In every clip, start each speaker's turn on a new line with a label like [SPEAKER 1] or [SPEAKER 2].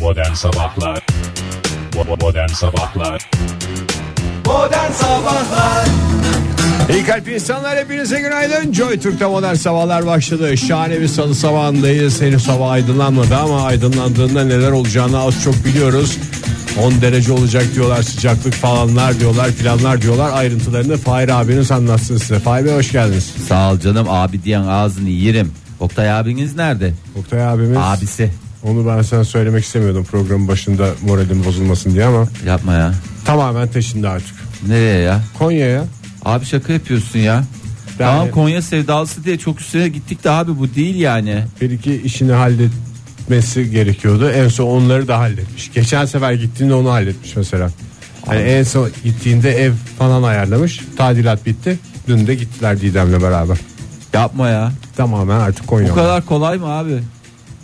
[SPEAKER 1] Modern Sabahlar Bo- Modern Sabahlar
[SPEAKER 2] Modern Sabahlar
[SPEAKER 3] İyi kalp insanlar hepinize günaydın Joy Türk'te modern sabahlar başladı Şahane bir salı sabahındayız Henüz hava aydınlanmadı ama aydınlandığında neler olacağını az çok biliyoruz 10 derece olacak diyorlar sıcaklık falanlar diyorlar filanlar diyorlar Ayrıntılarını Fahir abiniz anlatsın size Fahir Bey hoş geldiniz
[SPEAKER 4] Sağ ol canım abi diyen ağzını yerim. Oktay abiniz nerede?
[SPEAKER 3] Oktay abimiz
[SPEAKER 4] Abisi.
[SPEAKER 3] Onu ben sana söylemek istemiyordum programın başında moralim bozulmasın diye ama
[SPEAKER 4] Yapma ya.
[SPEAKER 3] Tamamen taşındı artık
[SPEAKER 4] Nereye ya?
[SPEAKER 3] Konya'ya
[SPEAKER 4] Abi şaka yapıyorsun ya. Tamam Konya sevdalısı diye çok üstüne gittik de abi bu değil yani.
[SPEAKER 3] bir iki işini halletmesi gerekiyordu. En son onları da halletmiş. Geçen sefer gittiğinde onu halletmiş mesela. Yani en son gittiğinde ev falan ayarlamış. Tadilat bitti. Dün de gittiler Didem'le beraber.
[SPEAKER 4] Yapma ya.
[SPEAKER 3] Tamamen artık Konya.
[SPEAKER 4] Bu kadar kolay mı abi?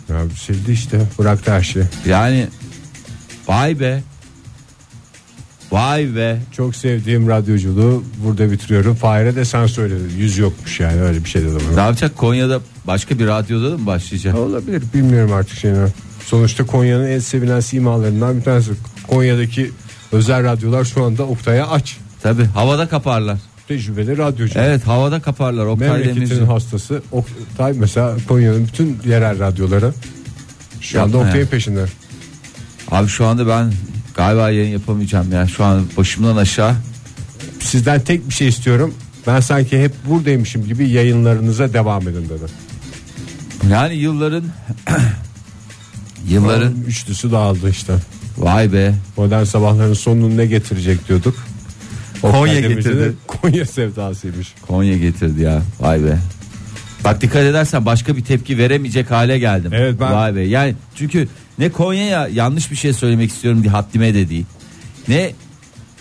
[SPEAKER 3] Ya sildi işte. Bıraktı her şeyi.
[SPEAKER 4] Yani vay be. Vay be.
[SPEAKER 3] Çok sevdiğim radyoculuğu burada bitiriyorum. Fahir'e de sen söyledin. Yüz yokmuş yani öyle bir şey dedim.
[SPEAKER 4] Ne yapacak Konya'da başka bir radyoda da mı başlayacak?
[SPEAKER 3] Olabilir bilmiyorum artık şeyini. Sonuçta Konya'nın en sevilen simalarından bir tanesi. Konya'daki özel radyolar şu anda Oktay'a aç.
[SPEAKER 4] Tabi havada kaparlar.
[SPEAKER 3] tecrübeli radyocu.
[SPEAKER 4] Evet havada kaparlar Oktay Demirci.
[SPEAKER 3] Memleketin hastası Oktay mesela Konya'nın bütün yerel radyoları şu anda
[SPEAKER 4] Yapma
[SPEAKER 3] Oktay'ın
[SPEAKER 4] ya.
[SPEAKER 3] peşinde.
[SPEAKER 4] Abi şu anda ben galiba yayın yapamayacağım ya. Şu an başımdan aşağı
[SPEAKER 3] Sizden tek bir şey istiyorum. Ben sanki hep buradaymışım gibi yayınlarınıza devam edin dedi.
[SPEAKER 4] Yani yılların yılların
[SPEAKER 3] Onun Üçlüsü dağıldı işte.
[SPEAKER 4] vay be.
[SPEAKER 3] Modern sabahların sonunu ne getirecek diyorduk. Oktay
[SPEAKER 4] Konya
[SPEAKER 3] Demirci de
[SPEAKER 4] getirdi.
[SPEAKER 3] Konya sevdasıymış.
[SPEAKER 4] Konya getirdi ya. Vay be. Bak dikkat edersen başka bir tepki veremeyecek hale geldim.
[SPEAKER 3] Evet, ben-
[SPEAKER 4] Vay be. Yani çünkü ne Konya'ya yanlış bir şey söylemek istiyorum diye haddime de değil. Ne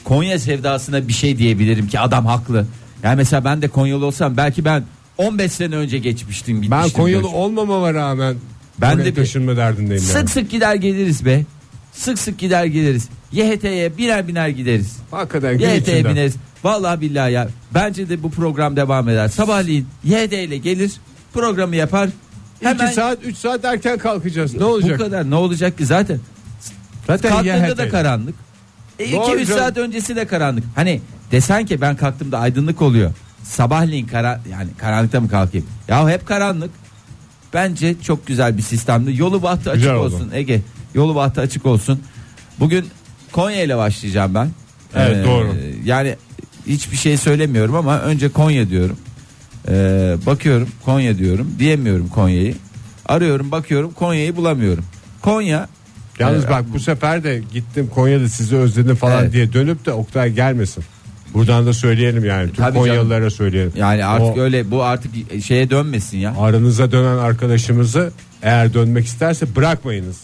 [SPEAKER 4] Konya sevdasına bir şey diyebilirim ki adam haklı. Yani mesela ben de Konyalı olsam belki ben 15 sene önce geçmiştim.
[SPEAKER 3] Ben
[SPEAKER 4] gitmiştim
[SPEAKER 3] Konyalı
[SPEAKER 4] görüşmeye.
[SPEAKER 3] olmamama rağmen
[SPEAKER 4] Ben
[SPEAKER 3] ben de
[SPEAKER 4] de bir-
[SPEAKER 3] taşınma derdindeyim. yani.
[SPEAKER 4] Sık sık gider geliriz be. Sık sık gider geliriz. YHT'ye biner biner gideriz.
[SPEAKER 3] Hakikaten gün
[SPEAKER 4] YT
[SPEAKER 3] içinden.
[SPEAKER 4] bineriz. Vallahi billahi ya. Bence de bu program devam eder. Sabahleyin YD ile gelir programı yapar. Hemen
[SPEAKER 3] 2 saat 3 saat erken kalkacağız. Ne
[SPEAKER 4] bu
[SPEAKER 3] olacak?
[SPEAKER 4] kadar ne olacak ki zaten.
[SPEAKER 3] Zaten
[SPEAKER 4] Kalktığında
[SPEAKER 3] YHT.
[SPEAKER 4] da karanlık.
[SPEAKER 3] Doğru
[SPEAKER 4] 2-3
[SPEAKER 3] canım.
[SPEAKER 4] saat öncesi de karanlık. Hani desen ki ben kalktığımda aydınlık oluyor. Sabahleyin kara, yani karanlıkta mı kalkayım? Ya hep karanlık. Bence çok güzel bir sistemdi. Yolu bahtı açık
[SPEAKER 3] Güzel oldu.
[SPEAKER 4] olsun Ege. Yolu bahtı açık olsun. Bugün Konya ile başlayacağım ben. Ee,
[SPEAKER 3] Evet, doğru.
[SPEAKER 4] Yani hiçbir şey söylemiyorum ama önce Konya diyorum. Ee, bakıyorum Konya diyorum. Diyemiyorum Konya'yı. Arıyorum bakıyorum Konya'yı bulamıyorum. Konya
[SPEAKER 3] Yalnız
[SPEAKER 4] Evet.
[SPEAKER 3] bak bu sefer de gittim Konya'da sizi özledim falan
[SPEAKER 4] Ee, Evet.
[SPEAKER 3] diye dönüp de Oktay gelmesin. Buradan da söyleyelim yani. Tüm
[SPEAKER 4] Tabii
[SPEAKER 3] Konyalılara söyleyelim.
[SPEAKER 4] yani artık
[SPEAKER 3] O
[SPEAKER 4] öyle bu artık şeye dönmesin ya.
[SPEAKER 3] aranıza dönen arkadaşımızı eğer dönmek isterse bırakmayınız.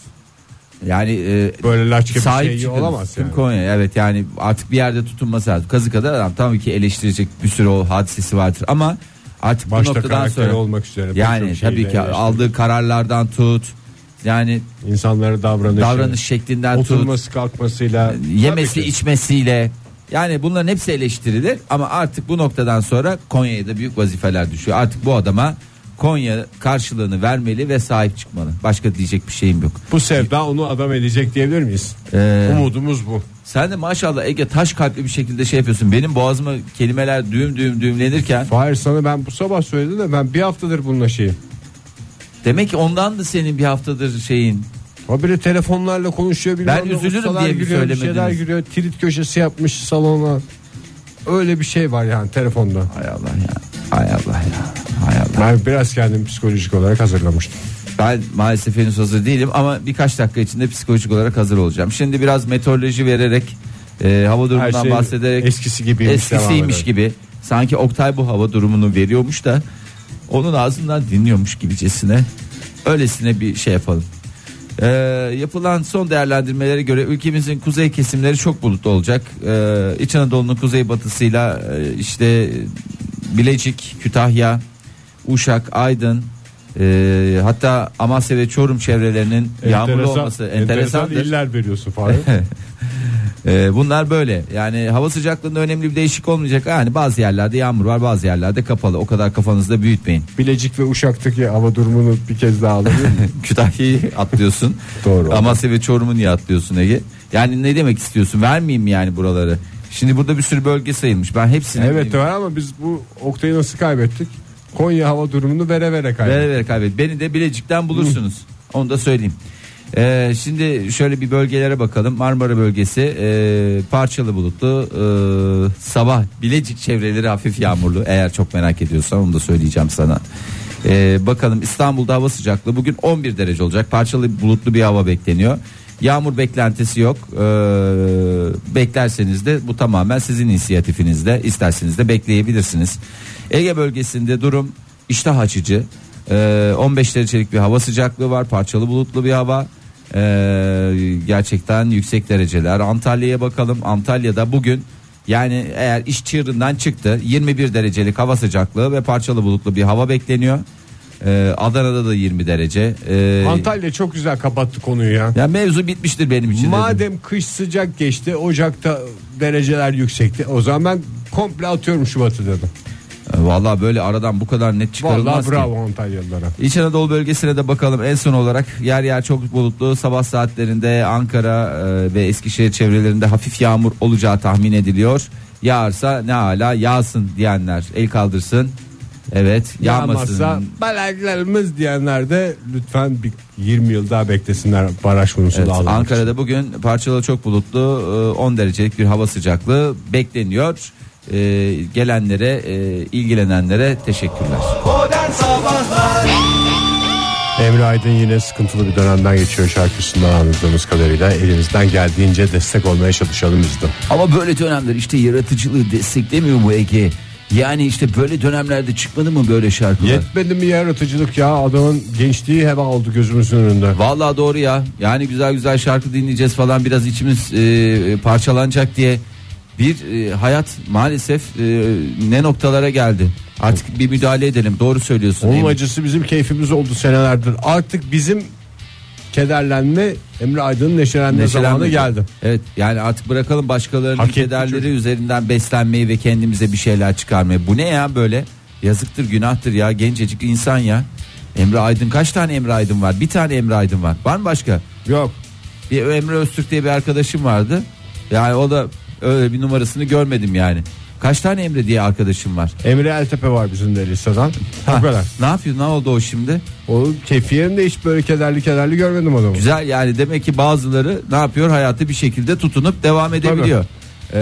[SPEAKER 4] Yani e,
[SPEAKER 3] Böyle laçka bir
[SPEAKER 4] sahip
[SPEAKER 3] şey iyi
[SPEAKER 4] çıkınız.
[SPEAKER 3] olamaz
[SPEAKER 4] Tüm
[SPEAKER 3] yani.
[SPEAKER 4] Konya evet yani artık bir yerde tutunması lazım. Kazı kadar adam tabii ki eleştirecek bir sürü o hadisesi vardır ama artık
[SPEAKER 3] Başta
[SPEAKER 4] bu noktadan
[SPEAKER 3] karakteri
[SPEAKER 4] sonra
[SPEAKER 3] olmak üzere birçok
[SPEAKER 4] yani
[SPEAKER 3] şeyi
[SPEAKER 4] tabii ki
[SPEAKER 3] eleştirdik.
[SPEAKER 4] aldığı kararlardan tut yani
[SPEAKER 3] İnsanlara davranışı,
[SPEAKER 4] davranış şeklinden tut
[SPEAKER 3] oturması kalkmasıyla
[SPEAKER 4] yemesi
[SPEAKER 3] Tabii ki.
[SPEAKER 4] içmesiyle yani bunların hepsi eleştirilir ama artık bu noktadan sonra Konya'ya da büyük vazifeler düşüyor. Artık bu adama Konya karşılığını vermeli ve sahip çıkmalı. Başka diyecek bir şeyim yok.
[SPEAKER 3] bu sevda onu adam edecek diyebilir miyiz?
[SPEAKER 4] Ee,
[SPEAKER 3] Umudumuz bu.
[SPEAKER 4] Sen de maşallah Ege taş kalpli bir şekilde şey yapıyorsun. Benim boğazıma kelimeler düğüm düğüm düğümlenirken
[SPEAKER 3] Fahir sana ben bu sabah söyledim de ben bir haftadır bununla şeyim.
[SPEAKER 4] demek ki ondan da senin bir haftadır şeyin.
[SPEAKER 3] Habire telefonlarla konuşuyor bilmem
[SPEAKER 4] Ben
[SPEAKER 3] ne,
[SPEAKER 4] üzülürüm
[SPEAKER 3] ustalar
[SPEAKER 4] diye mi
[SPEAKER 3] giriyor, bir
[SPEAKER 4] söylemediniz?
[SPEAKER 3] şeyler giriyor trit köşesi yapmış salona öyle bir şey var yani telefonda
[SPEAKER 4] Hay Allah ya. Hay Allah ya. Hay Allah.
[SPEAKER 3] ben biraz kendimi psikolojik olarak hazırlamıştım
[SPEAKER 4] Ben maalesef henüz hazır değilim ama birkaç dakika içinde psikolojik olarak hazır olacağım. Şimdi biraz meteoroloji vererek e, hava durumundan
[SPEAKER 3] şey
[SPEAKER 4] bahsederek
[SPEAKER 3] eskisi gibiymiş, devam
[SPEAKER 4] eskisiymiş
[SPEAKER 3] edelim.
[SPEAKER 4] gibi. Sanki Oktay bu hava durumunu veriyormuş da onun ağzından dinliyormuş gibicesine. Öylesine bir şey yapalım. E, yapılan son değerlendirmelere göre ülkemizin kuzey kesimleri çok bulutlu olacak. E, İç Anadolu'nun kuzey batısıyla e, işte Bilecik, Kütahya, Uşak, Aydın e, hatta Amasya ve Çorum çevrelerinin yağmurlu
[SPEAKER 3] Enteresan-
[SPEAKER 4] olması
[SPEAKER 3] enteresan
[SPEAKER 4] enteresandır.
[SPEAKER 3] iller veriyorsun Fahir
[SPEAKER 4] Ee, bunlar böyle yani hava sıcaklığında önemli bir değişik olmayacak yani bazı yerlerde yağmur var bazı yerlerde kapalı o kadar kafanızda büyütmeyin
[SPEAKER 3] Bilecik ve Uşak'taki hava durumunu bir kez daha alabilir miyim?
[SPEAKER 4] Kütahya'yı atlıyorsun
[SPEAKER 3] Doğru.
[SPEAKER 4] Amasya ve Çorum'u niye atlıyorsun Ege yani ne demek istiyorsun vermeyeyim mi yani buraları şimdi burada bir sürü bölge sayılmış ben hepsini
[SPEAKER 3] evet var ama biz bu Oktay'ı nasıl kaybettik? Konya hava durumunu vere vere kaybettik.
[SPEAKER 4] Vere vere kaybet. Beni de Bilecik'ten bulursunuz. Onu da söyleyeyim. Ee, şimdi şöyle bir bölgelere bakalım. Marmara bölgesi e, parçalı bulutlu. e, sabah Bilecik çevreleri hafif yağmurlu. Eğer çok merak ediyorsan onu da söyleyeceğim sana. Ee, bakalım İstanbul'da hava sıcaklığı bugün 11 derece olacak. Parçalı bulutlu bir hava bekleniyor. Yağmur beklentisi yok. Ee, beklerseniz de bu tamamen sizin inisiyatifinizde. İsterseniz de bekleyebilirsiniz. Ege bölgesinde durum iştah açıcı. Ee, 15 derecelik bir hava sıcaklığı var. Parçalı bulutlu bir hava. Ee, gerçekten yüksek dereceler. Antalya'ya bakalım. Antalya'da bugün yani eğer iş çığırından çıktı 21 derecelik hava sıcaklığı ve parçalı bulutlu bir hava bekleniyor. Ee, Adana'da da 20 derece. Ee,
[SPEAKER 3] Antalya çok güzel kapattı konuyu ya.
[SPEAKER 4] ya mevzu bitmiştir benim için. dedim.
[SPEAKER 3] Madem kış sıcak geçti, Ocak'ta dereceler yüksekti. O zaman ben komple atıyorum Şubat'ı dedim.
[SPEAKER 4] Ee, Vallahi böyle aradan bu kadar net çıkarılmaz
[SPEAKER 3] Vallahi
[SPEAKER 4] ki.
[SPEAKER 3] bravo Antalyalılara.
[SPEAKER 4] İç Anadolu bölgesine de bakalım en son olarak yer yer çok bulutlu sabah saatlerinde Ankara e, ve Eskişehir çevrelerinde hafif yağmur olacağı tahmin ediliyor. Yağarsa ne hala yağsın diyenler el kaldırsın. Evet yağmasın.
[SPEAKER 3] Yağmazsa balaglarımız diyenler de lütfen bir 20 yıl daha beklesinler baraj konusunda
[SPEAKER 4] Evet,
[SPEAKER 3] evet,
[SPEAKER 4] Ankara'da bugün parçalı çok bulutlu e, 10 derecelik bir hava sıcaklığı bekleniyor. E, gelenlere e, ilgilenenlere teşekkürler.
[SPEAKER 2] Modern Sabahlar
[SPEAKER 3] Emre Aydın yine sıkıntılı bir dönemden geçiyor şarkısından anladığımız kadarıyla. Elimizden geldiğince destek olmaya çalışalım biz de.
[SPEAKER 4] Ama böyle dönemler işte yaratıcılığı desteklemiyor mu Ege? Yani işte böyle dönemlerde çıkmadı mı böyle şarkılar?
[SPEAKER 3] Yetmedi mi yaratıcılık ya adamın gençliği heba oldu gözümüzün önünde.
[SPEAKER 4] Vallahi doğru ya. Yani güzel güzel şarkı dinleyeceğiz falan biraz içimiz e, parçalanacak diye bir e, hayat maalesef e, ne noktalara geldi. Artık bir müdahale edelim. Doğru söylüyorsun.
[SPEAKER 3] Onun
[SPEAKER 4] Emin.
[SPEAKER 3] acısı bizim keyfimiz oldu senelerdir. Artık bizim kederlenme Emre Aydın'ın neşelenme, zamanı
[SPEAKER 4] Neşelenme.
[SPEAKER 3] geldi.
[SPEAKER 4] Evet yani artık bırakalım başkalarının
[SPEAKER 3] Hak etti
[SPEAKER 4] kederleri
[SPEAKER 3] çocuk.
[SPEAKER 4] üzerinden beslenmeyi ve kendimize bir şeyler çıkarmayı. Bu ne ya böyle? Yazıktır günahtır ya gencecik insan ya. Emre Aydın kaç tane Emre Aydın var? Bir tane Emre Aydın var. Var mı başka?
[SPEAKER 3] Yok.
[SPEAKER 4] Bir Emre Öztürk diye bir arkadaşım vardı. Yani o da öyle bir numarasını görmedim yani. Kaç tane Emre diye arkadaşım var?
[SPEAKER 3] Emre Eltepe var bizim de liseden.
[SPEAKER 4] Ha,
[SPEAKER 3] Bu kadar.
[SPEAKER 4] ne yapıyor? Ne oldu o şimdi?
[SPEAKER 3] O keyfi yerinde hiç böyle kederli kederli görmedim adamı.
[SPEAKER 4] Güzel yani demek ki bazıları ne yapıyor? Hayatı bir şekilde tutunup devam edebiliyor. Ee,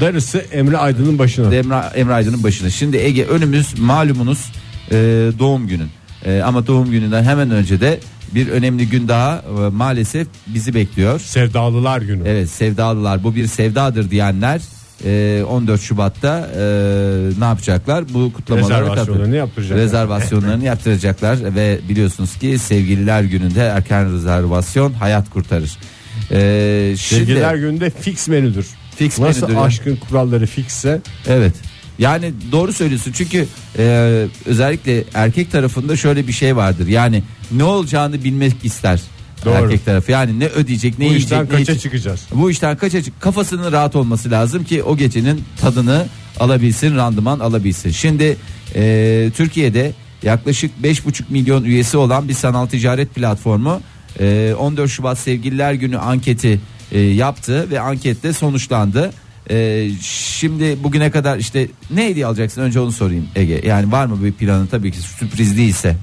[SPEAKER 3] Darısı Emre Aydın'ın başına.
[SPEAKER 4] Emre, Emre Aydın'ın başına. Şimdi Ege önümüz malumunuz e, doğum günün. E, ama doğum gününden hemen önce de bir önemli gün daha e, maalesef bizi bekliyor.
[SPEAKER 3] Sevdalılar günü.
[SPEAKER 4] Evet sevdalılar bu bir sevdadır diyenler e, 14 Şubat'ta e, ne yapacaklar? Bu kutlamalara
[SPEAKER 3] Rezervasyonlarını
[SPEAKER 4] katıl-
[SPEAKER 3] yaptıracaklar.
[SPEAKER 4] Rezervasyonlarını yaptıracaklar ve biliyorsunuz ki sevgililer gününde erken rezervasyon hayat kurtarır. E, şimdi-
[SPEAKER 3] Sevgililer gününde fix menüdür.
[SPEAKER 4] Fix
[SPEAKER 3] Nasıl
[SPEAKER 4] menüdür ya.
[SPEAKER 3] aşkın kuralları fiksse
[SPEAKER 4] Evet. Yani doğru söylüyorsun çünkü e, özellikle erkek tarafında şöyle bir şey vardır. Yani ne olacağını bilmek ister
[SPEAKER 3] Doğru.
[SPEAKER 4] erkek tarafı. Yani ne ödeyecek, ne
[SPEAKER 3] bu
[SPEAKER 4] yiyecek,
[SPEAKER 3] işten
[SPEAKER 4] ne
[SPEAKER 3] kaça
[SPEAKER 4] içecek.
[SPEAKER 3] çıkacağız?
[SPEAKER 4] Bu işten kaça çık- kafasının rahat olması lazım ki o gecenin tadını alabilsin, randıman alabilsin. Şimdi e, Türkiye'de yaklaşık 5,5 milyon üyesi olan bir sanal ticaret platformu e, 14 Şubat Sevgililer Günü anketi e, yaptı ve ankette sonuçlandı. E, şimdi bugüne kadar işte ne hediye alacaksın önce onu sorayım Ege. Yani var mı bir planı tabii ki sürpriz değilse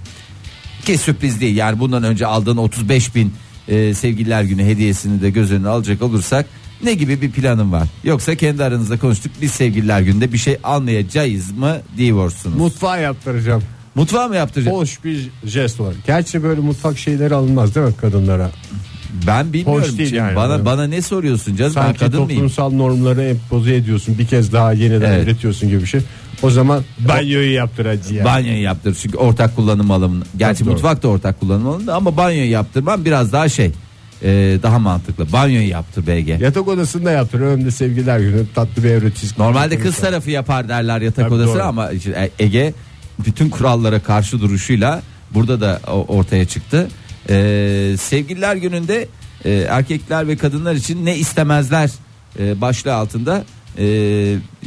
[SPEAKER 4] ki sürpriz değil yani bundan önce aldığın 35 bin e, sevgililer günü hediyesini de göz önüne alacak olursak ne gibi bir planın var? Yoksa kendi aranızda konuştuk biz sevgililer günde bir şey almayacağız mı diyorsunuz.
[SPEAKER 3] Mutfağa yaptıracağım.
[SPEAKER 4] Mutfağı mı yaptıracak?
[SPEAKER 3] Hoş bir jest olarak. Gerçi böyle mutfak şeyleri alınmaz değil mi kadınlara?
[SPEAKER 4] Ben bilmiyorum.
[SPEAKER 3] hoş değil
[SPEAKER 4] Şimdi
[SPEAKER 3] yani.
[SPEAKER 4] bana bana ne soruyorsun canım?
[SPEAKER 3] Sanki
[SPEAKER 4] ben kadın mıyım?
[SPEAKER 3] toplumsal normları empoze ediyorsun. Bir kez daha yeniden
[SPEAKER 4] Evet.
[SPEAKER 3] üretiyorsun gibi bir şey. O zaman banyoyu yaptıracağım.
[SPEAKER 4] Banyoyu yaptır çünkü ortak kullanım alanı. Gerçi
[SPEAKER 3] Tabii doğru.
[SPEAKER 4] mutfak da ortak kullanım alanı ama banyoyu yaptırmam biraz daha şey. e, daha mantıklı. Banyoyu yaptır BG.
[SPEAKER 3] Yatak odasında yaptır. Önümde sevgiler günü tatlı bir erotizm.
[SPEAKER 4] Normalde kız tarafı yapar derler yatak
[SPEAKER 3] Tabii
[SPEAKER 4] odası
[SPEAKER 3] doğru.
[SPEAKER 4] ama işte E- Ege bütün kurallara karşı duruşuyla burada da o- ortaya çıktı. Ee, sevgililer gününde e, erkekler ve kadınlar için ne istemezler e, başlığı altında e,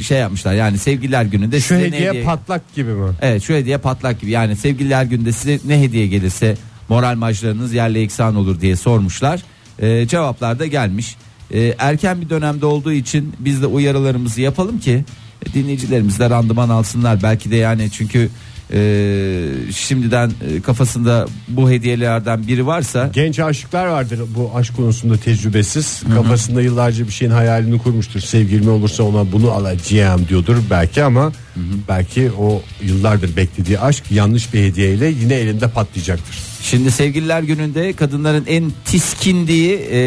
[SPEAKER 4] şey yapmışlar. Yani sevgililer gününde
[SPEAKER 3] Şu
[SPEAKER 4] size ne
[SPEAKER 3] hediye
[SPEAKER 4] hediye-
[SPEAKER 3] patlak gibi mi?
[SPEAKER 4] Evet şu hediye patlak gibi yani sevgililer günde size ne hediye gelirse moral maçlarınız yerle iksan olur diye sormuşlar. Ee, cevaplar da gelmiş. Ee, erken bir dönemde olduğu için biz de uyarılarımızı yapalım ki e, dinleyicilerimiz de randıman alsınlar. Belki de yani çünkü e, şimdiden e, kafasında bu hediyelerden biri varsa
[SPEAKER 3] Genç aşıklar vardır bu aşk konusunda tecrübesiz. Kafasında yıllarca bir şeyin hayalini kurmuştur. Sevgilime olursa ona bunu alacağım diyordur belki ama belki o yıllardır beklediği aşk yanlış bir hediyeyle yine elinde patlayacaktır.
[SPEAKER 4] Şimdi sevgililer gününde kadınların en tiskindiği e,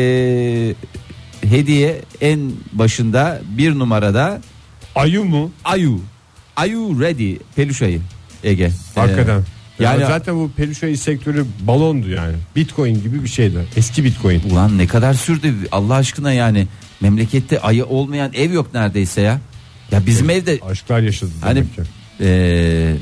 [SPEAKER 4] hediye en başında bir numarada
[SPEAKER 3] Ayı mı?
[SPEAKER 4] Ayu. Ayu ready peluş ayı Ege.
[SPEAKER 3] Hakikaten.
[SPEAKER 4] Ee, yani
[SPEAKER 3] yani zaten bu peluş ayı sektörü balondu yani. Bitcoin gibi bir şeydi. Eski Bitcoin.
[SPEAKER 4] Ee, ulan ne kadar sürdü Allah aşkına yani memlekette ayı olmayan ev yok neredeyse ya. Ya bizim evde
[SPEAKER 3] Aşklar yaşadı
[SPEAKER 4] hani
[SPEAKER 3] demek ki.
[SPEAKER 4] e,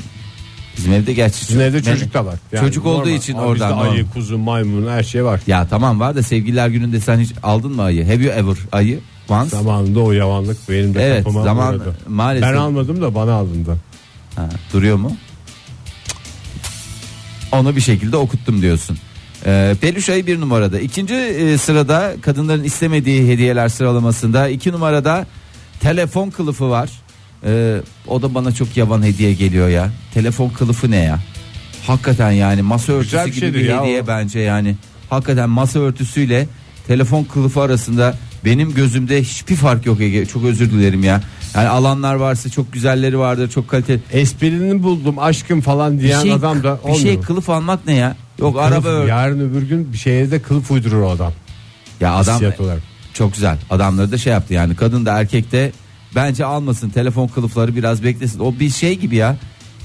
[SPEAKER 4] bizim evde gerçi
[SPEAKER 3] Sizin evde
[SPEAKER 4] me-
[SPEAKER 3] çocuk da var.
[SPEAKER 4] çocuk olduğu için
[SPEAKER 3] Aa,
[SPEAKER 4] oradan
[SPEAKER 3] Bizde
[SPEAKER 4] normal.
[SPEAKER 3] ayı, kuzu, maymun her şey var.
[SPEAKER 4] Ya tamam var da sevgililer gününde sen hiç aldın mı ayı? Have you ever ayı? Once.
[SPEAKER 3] Zamanında o yavanlık benim de
[SPEAKER 4] Evet,
[SPEAKER 3] kafama
[SPEAKER 4] zaman-
[SPEAKER 3] uğradı.
[SPEAKER 4] maalesef.
[SPEAKER 3] Ben almadım da bana alındı.
[SPEAKER 4] Ha, duruyor mu? Onu bir şekilde okuttum diyorsun. Ee, Peluş ayı bir numarada. İkinci e, sırada kadınların istemediği hediyeler sıralamasında. iki numarada telefon kılıfı var. Ee, o da bana çok yavan hediye geliyor ya. Telefon kılıfı ne ya? Hakikaten yani masa örtüsü
[SPEAKER 3] Güzel bir
[SPEAKER 4] gibi
[SPEAKER 3] şeydir
[SPEAKER 4] bir
[SPEAKER 3] ya
[SPEAKER 4] hediye
[SPEAKER 3] o.
[SPEAKER 4] bence yani. Hakikaten masa örtüsüyle telefon kılıfı arasında benim gözümde hiçbir fark yok Ege. Çok özür dilerim ya. Yani alanlar varsa çok güzelleri vardır, çok kaliteli.
[SPEAKER 3] Esprini buldum aşkım falan
[SPEAKER 4] Bir
[SPEAKER 3] diyen
[SPEAKER 4] şey-
[SPEAKER 3] adam da
[SPEAKER 4] bir
[SPEAKER 3] olmuyor.
[SPEAKER 4] şey kılıf almak ne ya? Yok
[SPEAKER 3] Kılıf-
[SPEAKER 4] araba ört. Ya,
[SPEAKER 3] Yarın öbür gün bir şeye de kılıf uydurur o adam.
[SPEAKER 4] adam
[SPEAKER 3] Hissiyat olarak.
[SPEAKER 4] çok güzel. Adamları da şey yaptı yani kadın da erkek de bence almasın telefon kılıfları biraz beklesin. O bir şey gibi ya.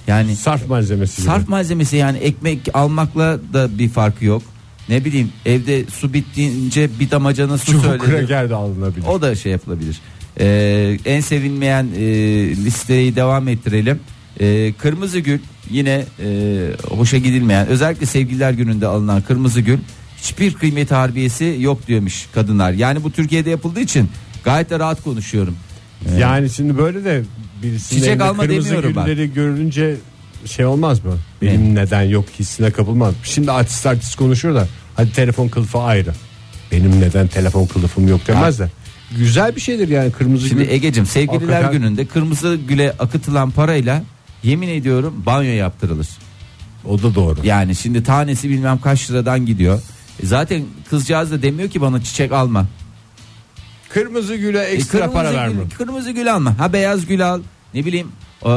[SPEAKER 4] Yani
[SPEAKER 3] Sarf malzemesi gibi.
[SPEAKER 4] sarf malzemesi yani ekmek almakla da bir farkı yok. Ne bileyim evde su bittiğince bir damacana su
[SPEAKER 3] Çok
[SPEAKER 4] söyledi.
[SPEAKER 3] kraker de alınabilir.
[SPEAKER 4] O da şey yapılabilir. Ee, en sevinmeyen e, listeyi devam ettirelim. Ee, kırmızı gül yine e, hoşa gidilmeyen özellikle sevgililer gününde alınan kırmızı gül hiçbir kıymet harbiyesi yok diyormuş kadınlar. Yani bu Türkiye'de yapıldığı için gayet de rahat konuşuyorum.
[SPEAKER 3] Yani şimdi böyle de birisinin
[SPEAKER 4] Çiçek
[SPEAKER 3] elinde
[SPEAKER 4] alma
[SPEAKER 3] kırmızı
[SPEAKER 4] demiyorum ben.
[SPEAKER 3] gülleri görünce şey olmaz mı?
[SPEAKER 4] Ne?
[SPEAKER 3] Benim neden yok hissine kapılmaz. Şimdi artist artist konuşuyor da hadi telefon kılıfı ayrı. Benim neden telefon kılıfım yok demez de. Güzel bir şeydir yani kırmızı
[SPEAKER 4] Şimdi
[SPEAKER 3] gül.
[SPEAKER 4] Ege'cim sevgililer
[SPEAKER 3] Hakikaten-
[SPEAKER 4] gününde kırmızı güle akıtılan parayla yemin ediyorum banyo yaptırılır.
[SPEAKER 3] O da doğru.
[SPEAKER 4] Yani şimdi tanesi bilmem kaç liradan gidiyor. E Zaten kızcağız da demiyor ki bana çiçek alma.
[SPEAKER 3] Kırmızı güle
[SPEAKER 4] E,
[SPEAKER 3] ekstra para
[SPEAKER 4] gül,
[SPEAKER 3] vermem.
[SPEAKER 4] Kırmızı gül alma. Ha beyaz gül al. Ne bileyim eee,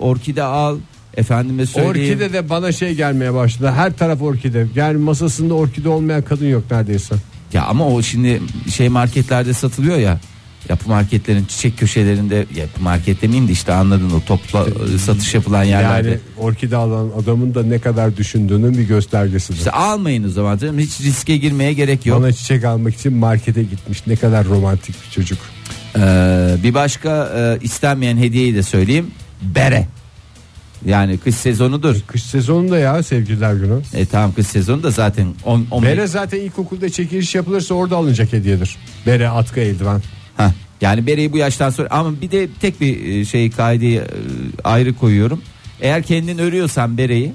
[SPEAKER 4] orkide al. Efendime söyleyeyim.
[SPEAKER 3] Orkide de bana şey gelmeye başladı. Her taraf orkide. Yani masasında orkide olmayan kadın yok neredeyse.
[SPEAKER 4] Ya ama o şimdi şey marketlerde satılıyor ya. Yapı marketlerin çiçek köşelerinde yapı market demeyeyim de işte anladın o topla e, satış yapılan yerlerde.
[SPEAKER 3] Yani orkide alan adamın da ne kadar düşündüğünün bir göstergesidir.
[SPEAKER 4] İşte almayın o zaman canım hiç riske girmeye gerek yok.
[SPEAKER 3] Bana çiçek almak için markete gitmiş. Ne kadar romantik bir çocuk.
[SPEAKER 4] Ee, bir başka e, istenmeyen hediyeyi de söyleyeyim. Bere. Yani kış sezonudur.
[SPEAKER 3] Kış sezonunda ya sevgililer günü.
[SPEAKER 4] E tamam kış sezonu da zaten 10 10
[SPEAKER 3] Bere zaten ilkokulda çekiliş yapılırsa orada alınacak hediyedir. Bere, atkı, eldiven.
[SPEAKER 4] Heh, yani bereyi bu yaştan sonra ama bir de tek bir e, şey kaideyi e, ayrı koyuyorum. Eğer kendin örüyorsan bereyi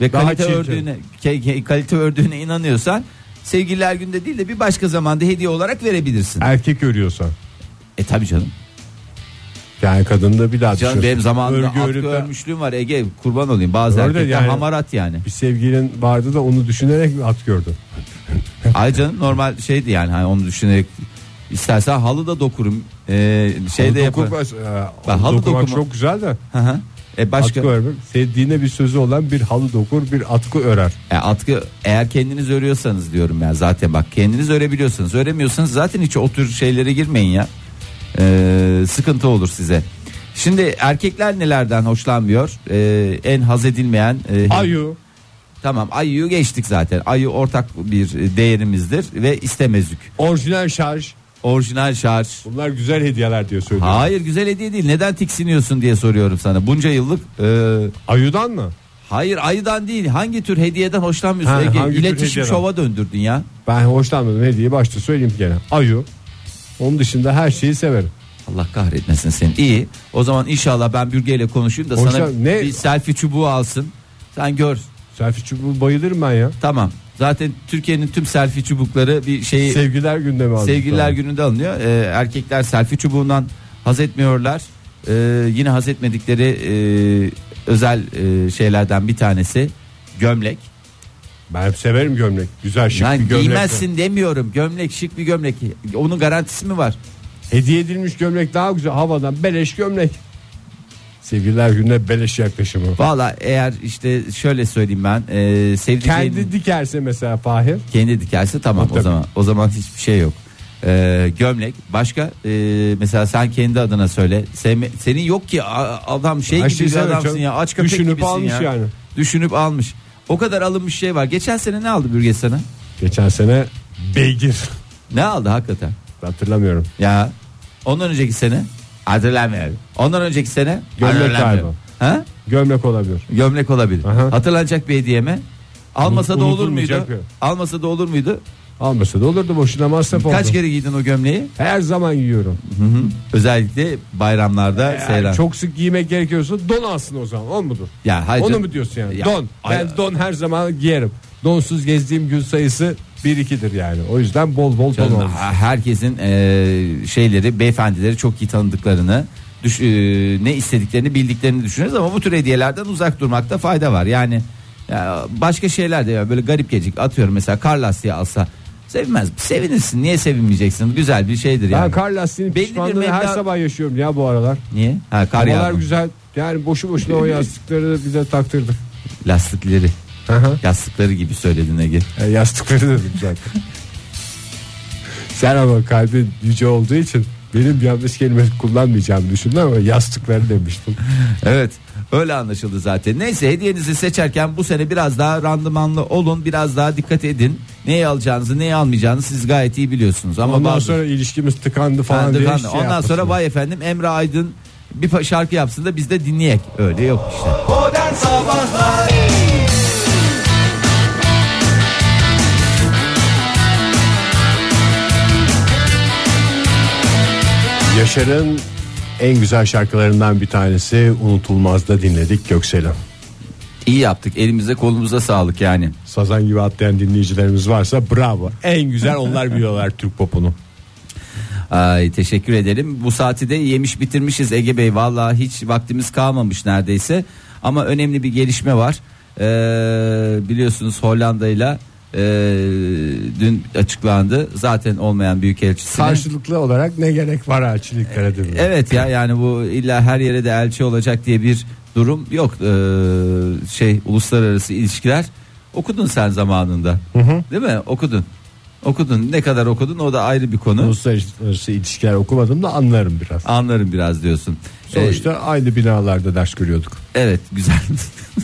[SPEAKER 4] ve
[SPEAKER 3] Daha
[SPEAKER 4] kalite
[SPEAKER 3] çirkin.
[SPEAKER 4] ördüğüne ke- ke- kalite ördüğüne inanıyorsan sevgililer günde değil de bir başka zamanda hediye olarak verebilirsin.
[SPEAKER 3] Erkek örüyorsa.
[SPEAKER 4] E tabii canım.
[SPEAKER 3] Yani kadın da bir daha düşüyor.
[SPEAKER 4] Canım benim zamanımda
[SPEAKER 3] Örgü
[SPEAKER 4] atkı
[SPEAKER 3] örüp de-
[SPEAKER 4] örmüşlüğüm var Ege kurban olayım. Bazı
[SPEAKER 3] Öyle
[SPEAKER 4] erkekler
[SPEAKER 3] yani.
[SPEAKER 4] hamarat yani.
[SPEAKER 3] Bir sevgilin vardı da onu düşünerek mi at gördü?
[SPEAKER 4] Ay canım normal şeydi yani hani onu düşünerek istersen halı da dokurum. Ee, şey de
[SPEAKER 3] Halı
[SPEAKER 4] yaparım.
[SPEAKER 3] dokunmaz, e,
[SPEAKER 4] Ben
[SPEAKER 3] halı
[SPEAKER 4] halı
[SPEAKER 3] dokumak
[SPEAKER 4] dokuma-
[SPEAKER 3] çok güzel de.
[SPEAKER 4] Hı hı. E başka
[SPEAKER 3] Atkı örmek. Sevdiğine bir sözü olan bir halı dokur, bir atkı örer.
[SPEAKER 4] E, atkı eğer kendiniz örüyorsanız diyorum ben zaten bak kendiniz örebiliyorsanız öremiyorsanız zaten hiç o tür şeylere girmeyin ya E, sıkıntı olur size. Şimdi erkekler nelerden hoşlanmıyor E, en haz edilmeyen e,
[SPEAKER 3] Ayu.
[SPEAKER 4] tamam ayıyı geçtik zaten ayı ortak bir değerimizdir ve istemezlik
[SPEAKER 3] Orijinal şarj.
[SPEAKER 4] orijinal şarj
[SPEAKER 3] Bunlar güzel hediyeler diye söylüyorum.
[SPEAKER 4] hayır güzel hediye değil neden tiksiniyorsun diye soruyorum sana bunca yıllık e,
[SPEAKER 3] Ayudan mı?
[SPEAKER 4] hayır ayıdan değil hangi tür hediyeden hoşlanmıyorsun
[SPEAKER 3] Ha,
[SPEAKER 4] Ege?
[SPEAKER 3] hangi tür
[SPEAKER 4] iletişim
[SPEAKER 3] hediyeden?
[SPEAKER 4] şova döndürdün ya
[SPEAKER 3] Ben hoşlanmadım hediyeyi başta söyleyeyim gene. Ayu. Onun dışında her şeyi severim.
[SPEAKER 4] Allah kahretmesin seni. İyi. O zaman inşallah ben bürgeyle konuşayım da
[SPEAKER 3] Konuşalım.
[SPEAKER 4] sana
[SPEAKER 3] Ne?
[SPEAKER 4] bir selfie çubuğu alsın. Sen gör.
[SPEAKER 3] Selfie çubuğu bayılırım ben ya.
[SPEAKER 4] Tamam. Zaten Türkiye'nin tüm selfie çubukları bir şeyi
[SPEAKER 3] Sevgiler gündemi aldım.
[SPEAKER 4] Ee, sevgililer
[SPEAKER 3] Tamam.
[SPEAKER 4] gününde alınıyor. Ee, erkekler selfie çubuğundan haz etmiyorlar. Ee, yine haz etmedikleri e, özel e, şeylerden bir tanesi gömlek.
[SPEAKER 3] Ben severim gömlek. Güzel şık bir
[SPEAKER 4] ben
[SPEAKER 3] gömlek.
[SPEAKER 4] giymezsin demiyorum. Gömlek şık bir gömlek. Onun garantisi mi var?
[SPEAKER 3] Hediye edilmiş gömlek daha güzel. Havadan beleş gömlek. Sevgililer gününe beleş yaklaşımı.
[SPEAKER 4] Valla eğer işte şöyle söyleyeyim ben e, sevdiceğinin-
[SPEAKER 3] Kendi dikerse mesela Fahir.
[SPEAKER 4] Kendi dikerse tamam o
[SPEAKER 3] Tabii.
[SPEAKER 4] zaman o zaman hiçbir şey yok. Ee, gömlek başka ee, mesela sen kendi adına söyle Sevme- senin yok ki a- adam şey
[SPEAKER 3] Her
[SPEAKER 4] gibi
[SPEAKER 3] şeyi
[SPEAKER 4] bir
[SPEAKER 3] sever
[SPEAKER 4] adamsın
[SPEAKER 3] canım.
[SPEAKER 4] ya aç köpek
[SPEAKER 3] Düşünüp
[SPEAKER 4] gibisin
[SPEAKER 3] almış
[SPEAKER 4] ya.
[SPEAKER 3] yani.
[SPEAKER 4] düşünüp almış o kadar alınmış şey var geçen sene ne aldı bürge sana
[SPEAKER 3] Geçen sene beygir.
[SPEAKER 4] ne aldı hakikaten
[SPEAKER 3] Hatırlamıyorum.
[SPEAKER 4] ya ondan önceki sene hatırlamıyorum ondan önceki sene
[SPEAKER 3] Gömlek
[SPEAKER 4] hatırlamıyorum. ha?
[SPEAKER 3] Gömlek olabilir.
[SPEAKER 4] gömlek olabilir
[SPEAKER 3] Aha.
[SPEAKER 4] hatırlanacak bir hediye mi almasa da olur muydu
[SPEAKER 3] unutulmayacak ya.
[SPEAKER 4] almasa da olur muydu
[SPEAKER 3] Almasa da olurdu boşuna masraf oldu.
[SPEAKER 4] kaç kere giydin o gömleği
[SPEAKER 3] Her zaman giyiyorum.
[SPEAKER 4] Özellikle bayramlarda
[SPEAKER 3] Eğer
[SPEAKER 4] seyran.
[SPEAKER 3] çok sık giymek gerekiyorsa don alsın o zaman. O mudur?
[SPEAKER 4] Ya hayır
[SPEAKER 3] Onu
[SPEAKER 4] canım.
[SPEAKER 3] mu diyorsun yani?
[SPEAKER 4] Ya,
[SPEAKER 3] don. Ben
[SPEAKER 4] ay-
[SPEAKER 3] don her zaman giyerim. Donsuz gezdiğim gün sayısı 1-2'dir yani. O yüzden bol bol don
[SPEAKER 4] Canım,
[SPEAKER 3] alın.
[SPEAKER 4] ha- herkesin e, şeyleri, beyefendileri çok iyi tanıdıklarını, düş- e, ne istediklerini bildiklerini düşünürüz ama bu tür hediyelerden uzak durmakta fayda var. Yani ya başka şeyler de ya böyle garip gelecek. Atıyorum mesela kar lastiği alsa sevinmez. Sevinirsin. Niye sevinmeyeceksin? Güzel bir şeydir
[SPEAKER 3] Ben
[SPEAKER 4] yani.
[SPEAKER 3] kar lastiğinin
[SPEAKER 4] Belli bir
[SPEAKER 3] pişmanlığını her
[SPEAKER 4] meblağ-
[SPEAKER 3] sabah yaşıyorum ya bu aralar.
[SPEAKER 4] Niye? Ha kar
[SPEAKER 3] Havalar
[SPEAKER 4] yağdı.
[SPEAKER 3] güzel. Yani boşu boşuna o yastıkları bize taktırdık.
[SPEAKER 4] Lastikleri.
[SPEAKER 3] Aha.
[SPEAKER 4] Yastıkları gibi söyledin Ege.
[SPEAKER 3] E, yastıkları dedim zaten. Sen ama kalbin yüce olduğu için benim yanlış kelime kullanmayacağımı düşündün ama yastıkları demiştim.
[SPEAKER 4] Evet öyle anlaşıldı zaten. Neyse hediyenizi seçerken bu sene biraz daha randımanlı olun. Biraz daha dikkat edin. Neyi alacağınızı neyi almayacağınızı siz gayet iyi biliyorsunuz. Ama
[SPEAKER 3] Ondan
[SPEAKER 4] bazı-
[SPEAKER 3] sonra ilişkimiz tıkandı falan
[SPEAKER 4] Efendim,
[SPEAKER 3] diye
[SPEAKER 4] efendim,
[SPEAKER 3] şey
[SPEAKER 4] Ondan sonra
[SPEAKER 3] yapmasın.
[SPEAKER 4] vay efendim Emre Aydın bir pa- şarkı yapsın da biz de dinleyek. Öyle yok işte.
[SPEAKER 2] Modern Sabahlar
[SPEAKER 3] Yaşar'ın en güzel şarkılarından bir tanesi Unutulmaz'da dinledik Göksel'im.
[SPEAKER 4] İyi yaptık. Elimize kolumuza sağlık yani.
[SPEAKER 3] Sazan gibi atlayan dinleyicilerimiz varsa bravo. En güzel onlar biliyorlar Türk popunu.
[SPEAKER 4] Ay teşekkür edelim. Bu saati de yemiş bitirmişiz Ege Bey. Vallahi hiç vaktimiz kalmamış neredeyse. Ama önemli bir gelişme var. Ee, biliyorsunuz Hollanda ile e, dün açıklandı. Zaten olmayan büyükelçisi.
[SPEAKER 3] Karşılıklı olarak ne gerek var elçiliklere dedi.
[SPEAKER 4] Evet ya yani bu illa her yere de elçi olacak diye bir durum yok. Ee, şey uluslararası ilişkiler okudun sen zamanında. Değil mi? Okudun. Okudun. Ne kadar okudun o da ayrı bir konu.
[SPEAKER 3] Uluslararası ilişkiler okumadım da anlarım biraz.
[SPEAKER 4] Anlarım biraz diyorsun. Ee,
[SPEAKER 3] Sonuçta aynı binalarda ders görüyorduk.
[SPEAKER 4] Evet güzel.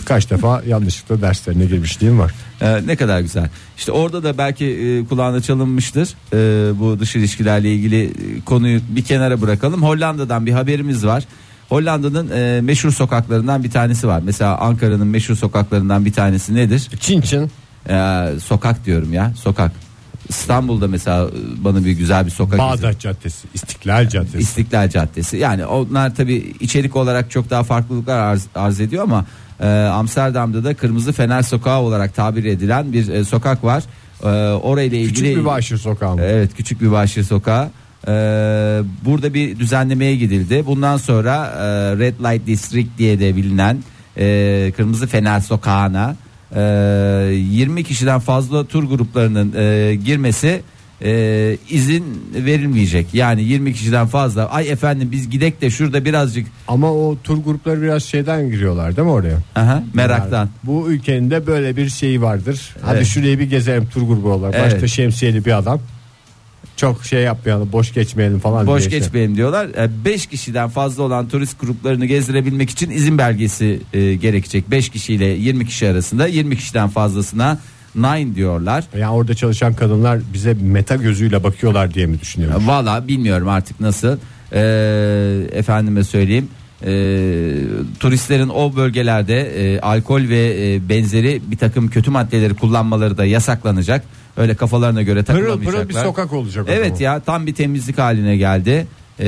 [SPEAKER 3] Kaç defa yanlışlıkla derslerine girmişliğim var.
[SPEAKER 4] Ee, ne kadar güzel. İşte orada da belki e, kulağına çalınmıştır. Ee, bu dış ilişkilerle ilgili e, konuyu bir kenara bırakalım. Hollanda'dan bir haberimiz var. Hollanda'nın e, meşhur sokaklarından bir tanesi var. Mesela Ankara'nın meşhur sokaklarından bir tanesi nedir?
[SPEAKER 3] Çin Çin.
[SPEAKER 4] Ee, sokak diyorum ya. Sokak. İstanbul'da mesela e, bana bir güzel bir sokak
[SPEAKER 3] Bağdat Caddesi, İstiklal Caddesi.
[SPEAKER 4] İstiklal Caddesi. Yani onlar tabi içerik olarak çok daha farklılıklar arz, arz ediyor ama e, Amsterdam'da da Kırmızı Fener Sokağı olarak tabir edilen bir e, sokak var. E, orayla
[SPEAKER 3] Küçük
[SPEAKER 4] ilgili
[SPEAKER 3] bir başır sokağı mı?
[SPEAKER 4] Evet, küçük bir bahşişe sokağı. E, burada bir düzenlemeye gidildi. Bundan sonra e, Red Light District diye de bilinen e, Kırmızı Fener Sokağı'na e, 20 kişiden fazla tur gruplarının e, girmesi e, izin verilmeyecek. Yani 20 kişiden fazla. Ay efendim biz gidek de şurada birazcık
[SPEAKER 3] Ama o tur grupları biraz şeyden giriyorlar değil mi oraya?
[SPEAKER 4] aha, meraktan.
[SPEAKER 3] Bu ülkenin de böyle bir şeyi vardır. Hadi
[SPEAKER 4] Evet.
[SPEAKER 3] şurayı bir gezelim tur grubu olarak. Başta
[SPEAKER 4] Evet.
[SPEAKER 3] şemsiyeli bir adam. Çok şey yapmayalım, boş geçmeyelim falan
[SPEAKER 4] Boş
[SPEAKER 3] diye şey.
[SPEAKER 4] geçmeyelim diyorlar. 5 kişiden fazla olan turist gruplarını gezdirebilmek için izin belgesi e, gerekecek. 5 kişiyle 20 kişi arasında 20 kişiden fazlasına nine diyorlar.
[SPEAKER 3] Yani orada çalışan kadınlar bize meta gözüyle bakıyorlar diye mi düşünüyorum?
[SPEAKER 4] Valla bilmiyorum artık nasıl. E, efendime söyleyeyim. E, turistlerin o bölgelerde e, alkol ve e, benzeri bir takım kötü maddeleri kullanmaları da yasaklanacak. Öyle kafalarına göre
[SPEAKER 3] Pırıl
[SPEAKER 4] takılamayacaklar.
[SPEAKER 3] pırıl bir sokak olacak. o
[SPEAKER 4] Evet
[SPEAKER 3] zaman.
[SPEAKER 4] ya tam bir temizlik haline geldi. Ee,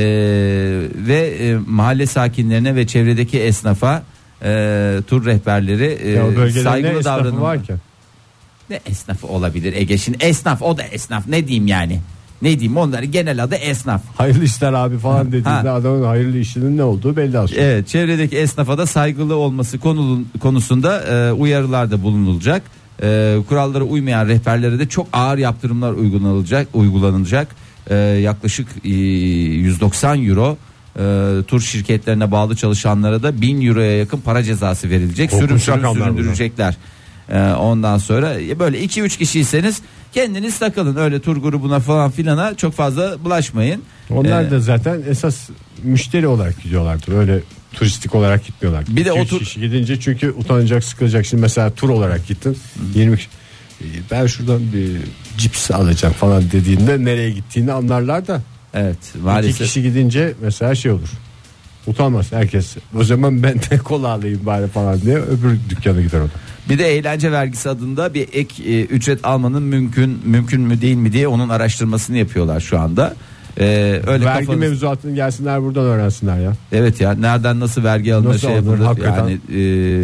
[SPEAKER 4] ve e, mahalle sakinlerine ve çevredeki esnafa e, tur rehberleri e,
[SPEAKER 3] Ya o bölgede ne
[SPEAKER 4] saygılı
[SPEAKER 3] esnafı
[SPEAKER 4] davranın.
[SPEAKER 3] var ki?
[SPEAKER 4] Ne esnafı olabilir Ege'şin? Esnaf o da esnaf ne diyeyim yani? Ne diyeyim onları genel adı esnaf.
[SPEAKER 3] Hayırlı işler abi falan dediğinde adamın hayırlı işinin ne olduğu belli aslında.
[SPEAKER 4] Evet çevredeki esnafa da saygılı olması konulun, konusunda e, uyarılarda bulunulacak. E, kurallara uymayan rehberlere de çok ağır yaptırımlar uygulanılacak. uygulanılacak. E, yaklaşık e, 190 euro e, tur şirketlerine bağlı çalışanlara da 1000 euroya yakın para cezası verilecek.
[SPEAKER 3] Korkunç
[SPEAKER 4] Sürüm sürüm
[SPEAKER 3] rakamlar bunlar.
[SPEAKER 4] süründürecekler. E, ondan sonra e, böyle 2-3 kişiyseniz kendiniz takılın. Öyle tur grubuna falan filana çok fazla bulaşmayın.
[SPEAKER 3] Onlar
[SPEAKER 4] E,
[SPEAKER 3] da zaten esas müşteri olarak gidiyorlardır. Öyle turistik olarak gitmiyorlar.
[SPEAKER 4] Bir de
[SPEAKER 3] İki,
[SPEAKER 4] o
[SPEAKER 3] üç
[SPEAKER 4] tur-
[SPEAKER 3] kişi gidince çünkü utanacak, sıkılacak. Şimdi mesela tur olarak gittin. 20 kişi, "Ee, ben şuradan bir cips alacağım falan dediğinde nereye gittiğini anlarlar da.
[SPEAKER 4] evet
[SPEAKER 3] iki
[SPEAKER 4] maalesef.
[SPEAKER 3] kişi gidince mesela şey olur. Utanmaz herkes. O zaman ben de kola alayım bari falan diye öbür dükkana gider o da.
[SPEAKER 4] Bir de eğlence vergisi adında bir ek e, ücret almanın mümkün mümkün mü değil mi diye onun araştırmasını yapıyorlar şu anda. Ee, öyle
[SPEAKER 3] Vergi
[SPEAKER 4] kafanız-
[SPEAKER 3] mevzuatını gelsinler buradan öğrensinler ya.
[SPEAKER 4] Evet ya nereden nasıl vergi alınır
[SPEAKER 3] Nasıl
[SPEAKER 4] şey
[SPEAKER 3] alınır,
[SPEAKER 4] yapılır.
[SPEAKER 3] hakikaten.
[SPEAKER 4] Yani e,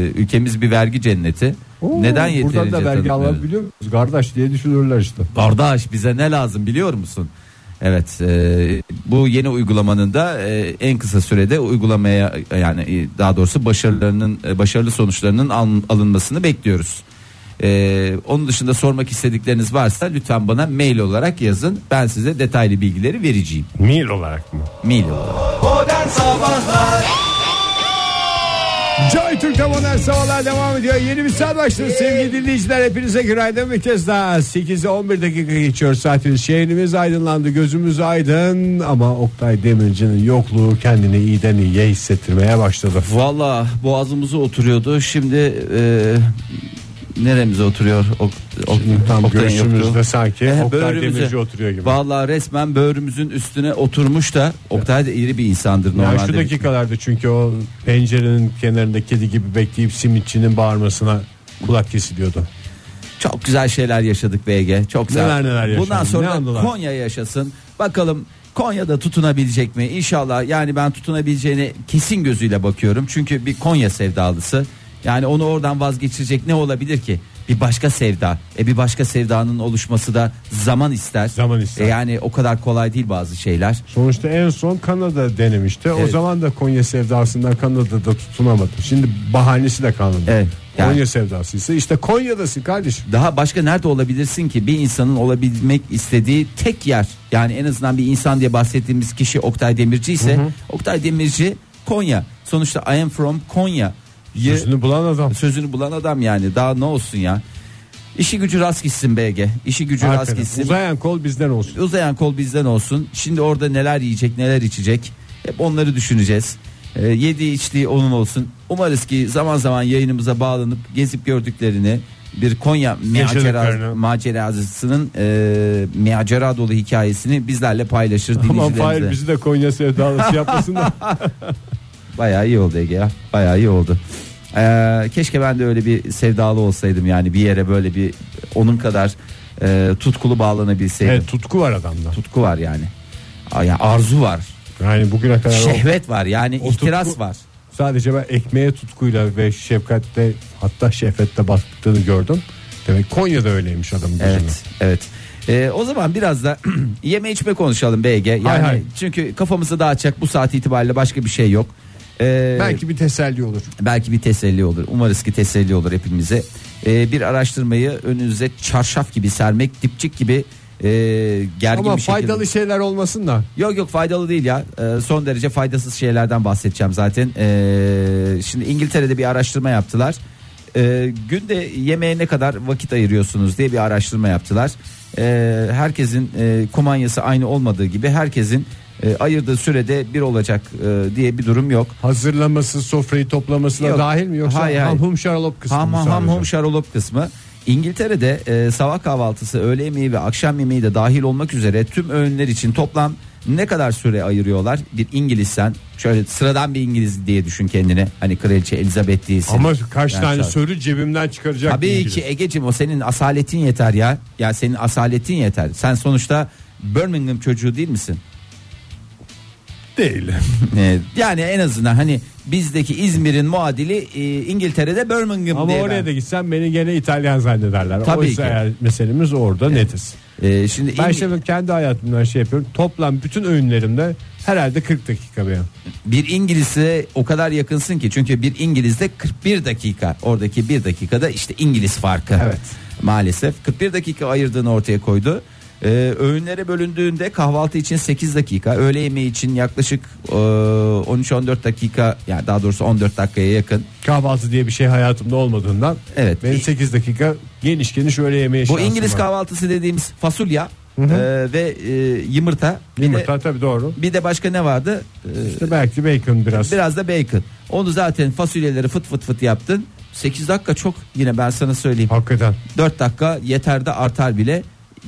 [SPEAKER 4] ülkemiz bir vergi cenneti.
[SPEAKER 3] Oo,
[SPEAKER 4] Neden yeterince
[SPEAKER 3] Buradan da vergi
[SPEAKER 4] tanıtmıyoruz?
[SPEAKER 3] alabiliyor muyuz? Kardeş diye düşünürler işte.
[SPEAKER 4] Kardeş bize ne lazım biliyor musun? Evet e, bu yeni uygulamanın da e, en kısa sürede uygulamaya e, yani e, daha doğrusu başarılarının e, başarılı sonuçlarının alın- alınmasını bekliyoruz. E, onun dışında sormak istedikleriniz varsa lütfen bana mail olarak yazın. Ben size detaylı bilgileri vereceğim.
[SPEAKER 3] Mil olarak mı?
[SPEAKER 4] Mail olarak.
[SPEAKER 2] Modern Sabahlar
[SPEAKER 5] Joy Türk'te modern sabahlar devam ediyor. Yeni bir saat başladı sevgili dinleyiciler. Hepinize günaydın bir kez daha. 8'e 11 dakika geçiyor saatimiz. Şehrimiz aydınlandı, gözümüz aydın. Ama Oktay Demirci'nin yokluğu kendini iyiden iyiye hissettirmeye başladı.
[SPEAKER 4] Valla boğazımıza oturuyordu. Şimdi e, neremize oturuyor? Ok, ok,
[SPEAKER 3] Şimdi tam
[SPEAKER 4] Oktay'ın
[SPEAKER 3] göğsümüzde
[SPEAKER 4] yokluğu.
[SPEAKER 3] sanki
[SPEAKER 4] Eh,
[SPEAKER 3] Oktay
[SPEAKER 4] böğrümüze-
[SPEAKER 3] Demirci oturuyor gibi.
[SPEAKER 4] Vallahi resmen böğrümüzün üstüne oturmuş da Oktay da iri bir insandır
[SPEAKER 3] yani
[SPEAKER 4] normalde.
[SPEAKER 3] şu dakikalarda çünkü o pencerenin kenarında kedi gibi bekleyip simitçinin bağırmasına kulak kesiliyordu.
[SPEAKER 4] Çok güzel şeyler yaşadık BG. Çok güzel.
[SPEAKER 3] Neler neler yaşandı,
[SPEAKER 4] Bundan
[SPEAKER 3] ne
[SPEAKER 4] sonra
[SPEAKER 3] anılar.
[SPEAKER 4] Konya yaşasın. Bakalım Konya'da tutunabilecek mi? İnşallah yani ben tutunabileceğine kesin gözüyle bakıyorum. Çünkü bir Konya sevdalısı. Yani onu oradan vazgeçirecek ne olabilir ki? Bir başka sevda. E bir başka sevdanın oluşması da zaman ister.
[SPEAKER 3] Zaman ister.
[SPEAKER 4] E yani o kadar kolay değil bazı şeyler.
[SPEAKER 3] Sonuçta en son Kanada denemişti. O
[SPEAKER 4] Evet.
[SPEAKER 3] zaman da Konya sevdasından Kanada'da tutunamadı. Şimdi bahanesi de kalmadı.
[SPEAKER 4] Evet, yani-
[SPEAKER 3] Konya sevdası ise işte Konya'dasın kardeşim.
[SPEAKER 4] Daha başka nerede olabilirsin ki bir insanın olabilmek istediği tek yer yani en azından bir insan diye bahsettiğimiz kişi Oktay Demirci ise Oktay Demirci Konya sonuçta I am from Konya Ye-
[SPEAKER 3] Gözünü bulan adam.
[SPEAKER 4] sözünü bulan adam yani daha ne olsun ya İşi gücü rast gitsin BG işi gücü rast
[SPEAKER 3] Hakikaten.
[SPEAKER 4] gitsin
[SPEAKER 3] Uzayan kol bizden olsun.
[SPEAKER 4] uzayan kol bizden olsun şimdi orada neler yiyecek neler içecek hep onları düşüneceğiz Ee, yediği içtiği onun olsun umarız ki zaman zaman yayınımıza bağlanıp gezip gördüklerini bir Konya macera,
[SPEAKER 3] Yaşadıklarını.
[SPEAKER 4] macerasının e, macera dolu hikayesini bizlerle paylaşır
[SPEAKER 3] Aman Fahir
[SPEAKER 4] dinleyicilerimize.
[SPEAKER 3] bizi de Konya sevdalısı yapmasın da.
[SPEAKER 4] Bayağı iyi oldu Ege ya. Bayağı iyi oldu. Ee, keşke ben de öyle bir sevdalı olsaydım yani bir yere böyle bir onun kadar e, tutkulu bağlanabilseydim.
[SPEAKER 3] Evet, E, tutku var adamda.
[SPEAKER 4] Tutku var yani. A- ya arzu var.
[SPEAKER 3] Yani bugüne kadar o-
[SPEAKER 4] Şehvet var yani
[SPEAKER 3] o
[SPEAKER 4] ihtiras
[SPEAKER 3] tutku-
[SPEAKER 4] var.
[SPEAKER 3] Sadece ben ekmeğe tutkuyla ve şefkatle hatta şehvetle baktığını gördüm. Demek Konya'da öyleymiş adamın gözünü.
[SPEAKER 4] Evet, evet. Ee, o zaman biraz da yeme içme konuşalım BG. Yani
[SPEAKER 3] Hay hay.
[SPEAKER 4] çünkü kafamızı dağıtacak bu saat itibariyle başka bir şey yok. Ee,
[SPEAKER 3] Belki bir teselli olur.
[SPEAKER 4] belki bir teselli olur. Umarız ki teselli olur hepimize. Ee, bir araştırmayı önünüze çarşaf gibi sermek, dipçik gibi e, gergin
[SPEAKER 3] Ama
[SPEAKER 4] bir şekilde.
[SPEAKER 3] faydalı şeyler olmasın da.
[SPEAKER 4] Yok yok faydalı değil ya. Ee, son derece faydasız şeylerden bahsedeceğim zaten. Ee, şimdi İngiltere'de bir araştırma yaptılar. Ee, günde yemeğe ne kadar vakit ayırıyorsunuz diye bir araştırma yaptılar. Ee, herkesin e, kumanyası aynı olmadığı gibi herkesin e, ayırdığı sürede bir olacak e, diye bir durum yok.
[SPEAKER 3] Hazırlaması, sofrayı toplamasına
[SPEAKER 4] Yok.
[SPEAKER 3] dahil mi yoksa
[SPEAKER 4] Hayır,
[SPEAKER 3] ham
[SPEAKER 4] hayır.
[SPEAKER 3] hum şaralop kısmı
[SPEAKER 4] Ham
[SPEAKER 3] mı
[SPEAKER 4] ham ham
[SPEAKER 3] sadece?
[SPEAKER 4] hum şarolop kısmı. İngiltere'de e, sabah kahvaltısı, öğle yemeği ve akşam yemeği de dahil olmak üzere tüm öğünler için toplam ne kadar süre ayırıyorlar? Bir İngilizsen şöyle sıradan bir İngiliz diye düşün kendini. Hani kraliçe Elizabeth değilsin.
[SPEAKER 3] Ama kaç
[SPEAKER 4] Yani
[SPEAKER 3] tane
[SPEAKER 4] şarkı.
[SPEAKER 3] sörü cebimden çıkaracak
[SPEAKER 4] Tabii
[SPEAKER 3] bir
[SPEAKER 4] ki
[SPEAKER 3] İngiliz.
[SPEAKER 4] Ege'cim o senin asaletin yeter ya. Ya senin asaletin yeter. Sen sonuçta Birmingham çocuğu değil misin?
[SPEAKER 3] değil.
[SPEAKER 4] Ee, yani en azından hani bizdeki İzmir'in muadili e, İngiltere'de Birmingham
[SPEAKER 3] Ama
[SPEAKER 4] diye ben-
[SPEAKER 3] oraya da gitsen beni gene İtalyan zannederler.
[SPEAKER 4] Tabii
[SPEAKER 3] Oysa
[SPEAKER 4] ki.
[SPEAKER 3] eğer meselemiz orada netiz.
[SPEAKER 4] Ee, şimdi
[SPEAKER 3] Ben
[SPEAKER 4] İng-
[SPEAKER 3] şimdi kendi hayatımdan şey yapıyorum. Toplam bütün öğünlerimde herhalde 40 dakika benim.
[SPEAKER 4] bir İngiliz'e o kadar yakınsın ki çünkü bir İngiliz'de 41 dakika oradaki bir dakikada işte İngiliz farkı.
[SPEAKER 3] Evet.
[SPEAKER 4] Maalesef 41 dakika ayırdığını ortaya koydu. Ee, öğünlere bölündüğünde kahvaltı için 8 dakika, öğle yemeği için yaklaşık e, 13-14 dakika yani daha doğrusu 14 dakikaya yakın.
[SPEAKER 3] Kahvaltı diye bir şey hayatımda olmadığından
[SPEAKER 4] Evet.
[SPEAKER 3] benim 8 dakika geniş geniş öyle yemeğe
[SPEAKER 4] Bu
[SPEAKER 3] şansım
[SPEAKER 4] İngiliz
[SPEAKER 3] var.
[SPEAKER 4] kahvaltısı dediğimiz fasulye e, ve e, yumurta. Bir de-
[SPEAKER 3] Yumurta tabii doğru.
[SPEAKER 4] Bir de başka ne vardı? Ee,
[SPEAKER 3] İşte belki bacon biraz.
[SPEAKER 4] Biraz da bacon. Onu zaten fasulyeleri fıt fıt fıt yaptın. 8 dakika çok yine ben sana söyleyeyim.
[SPEAKER 3] Hakikaten.
[SPEAKER 4] 4 dakika yeter de artar bile.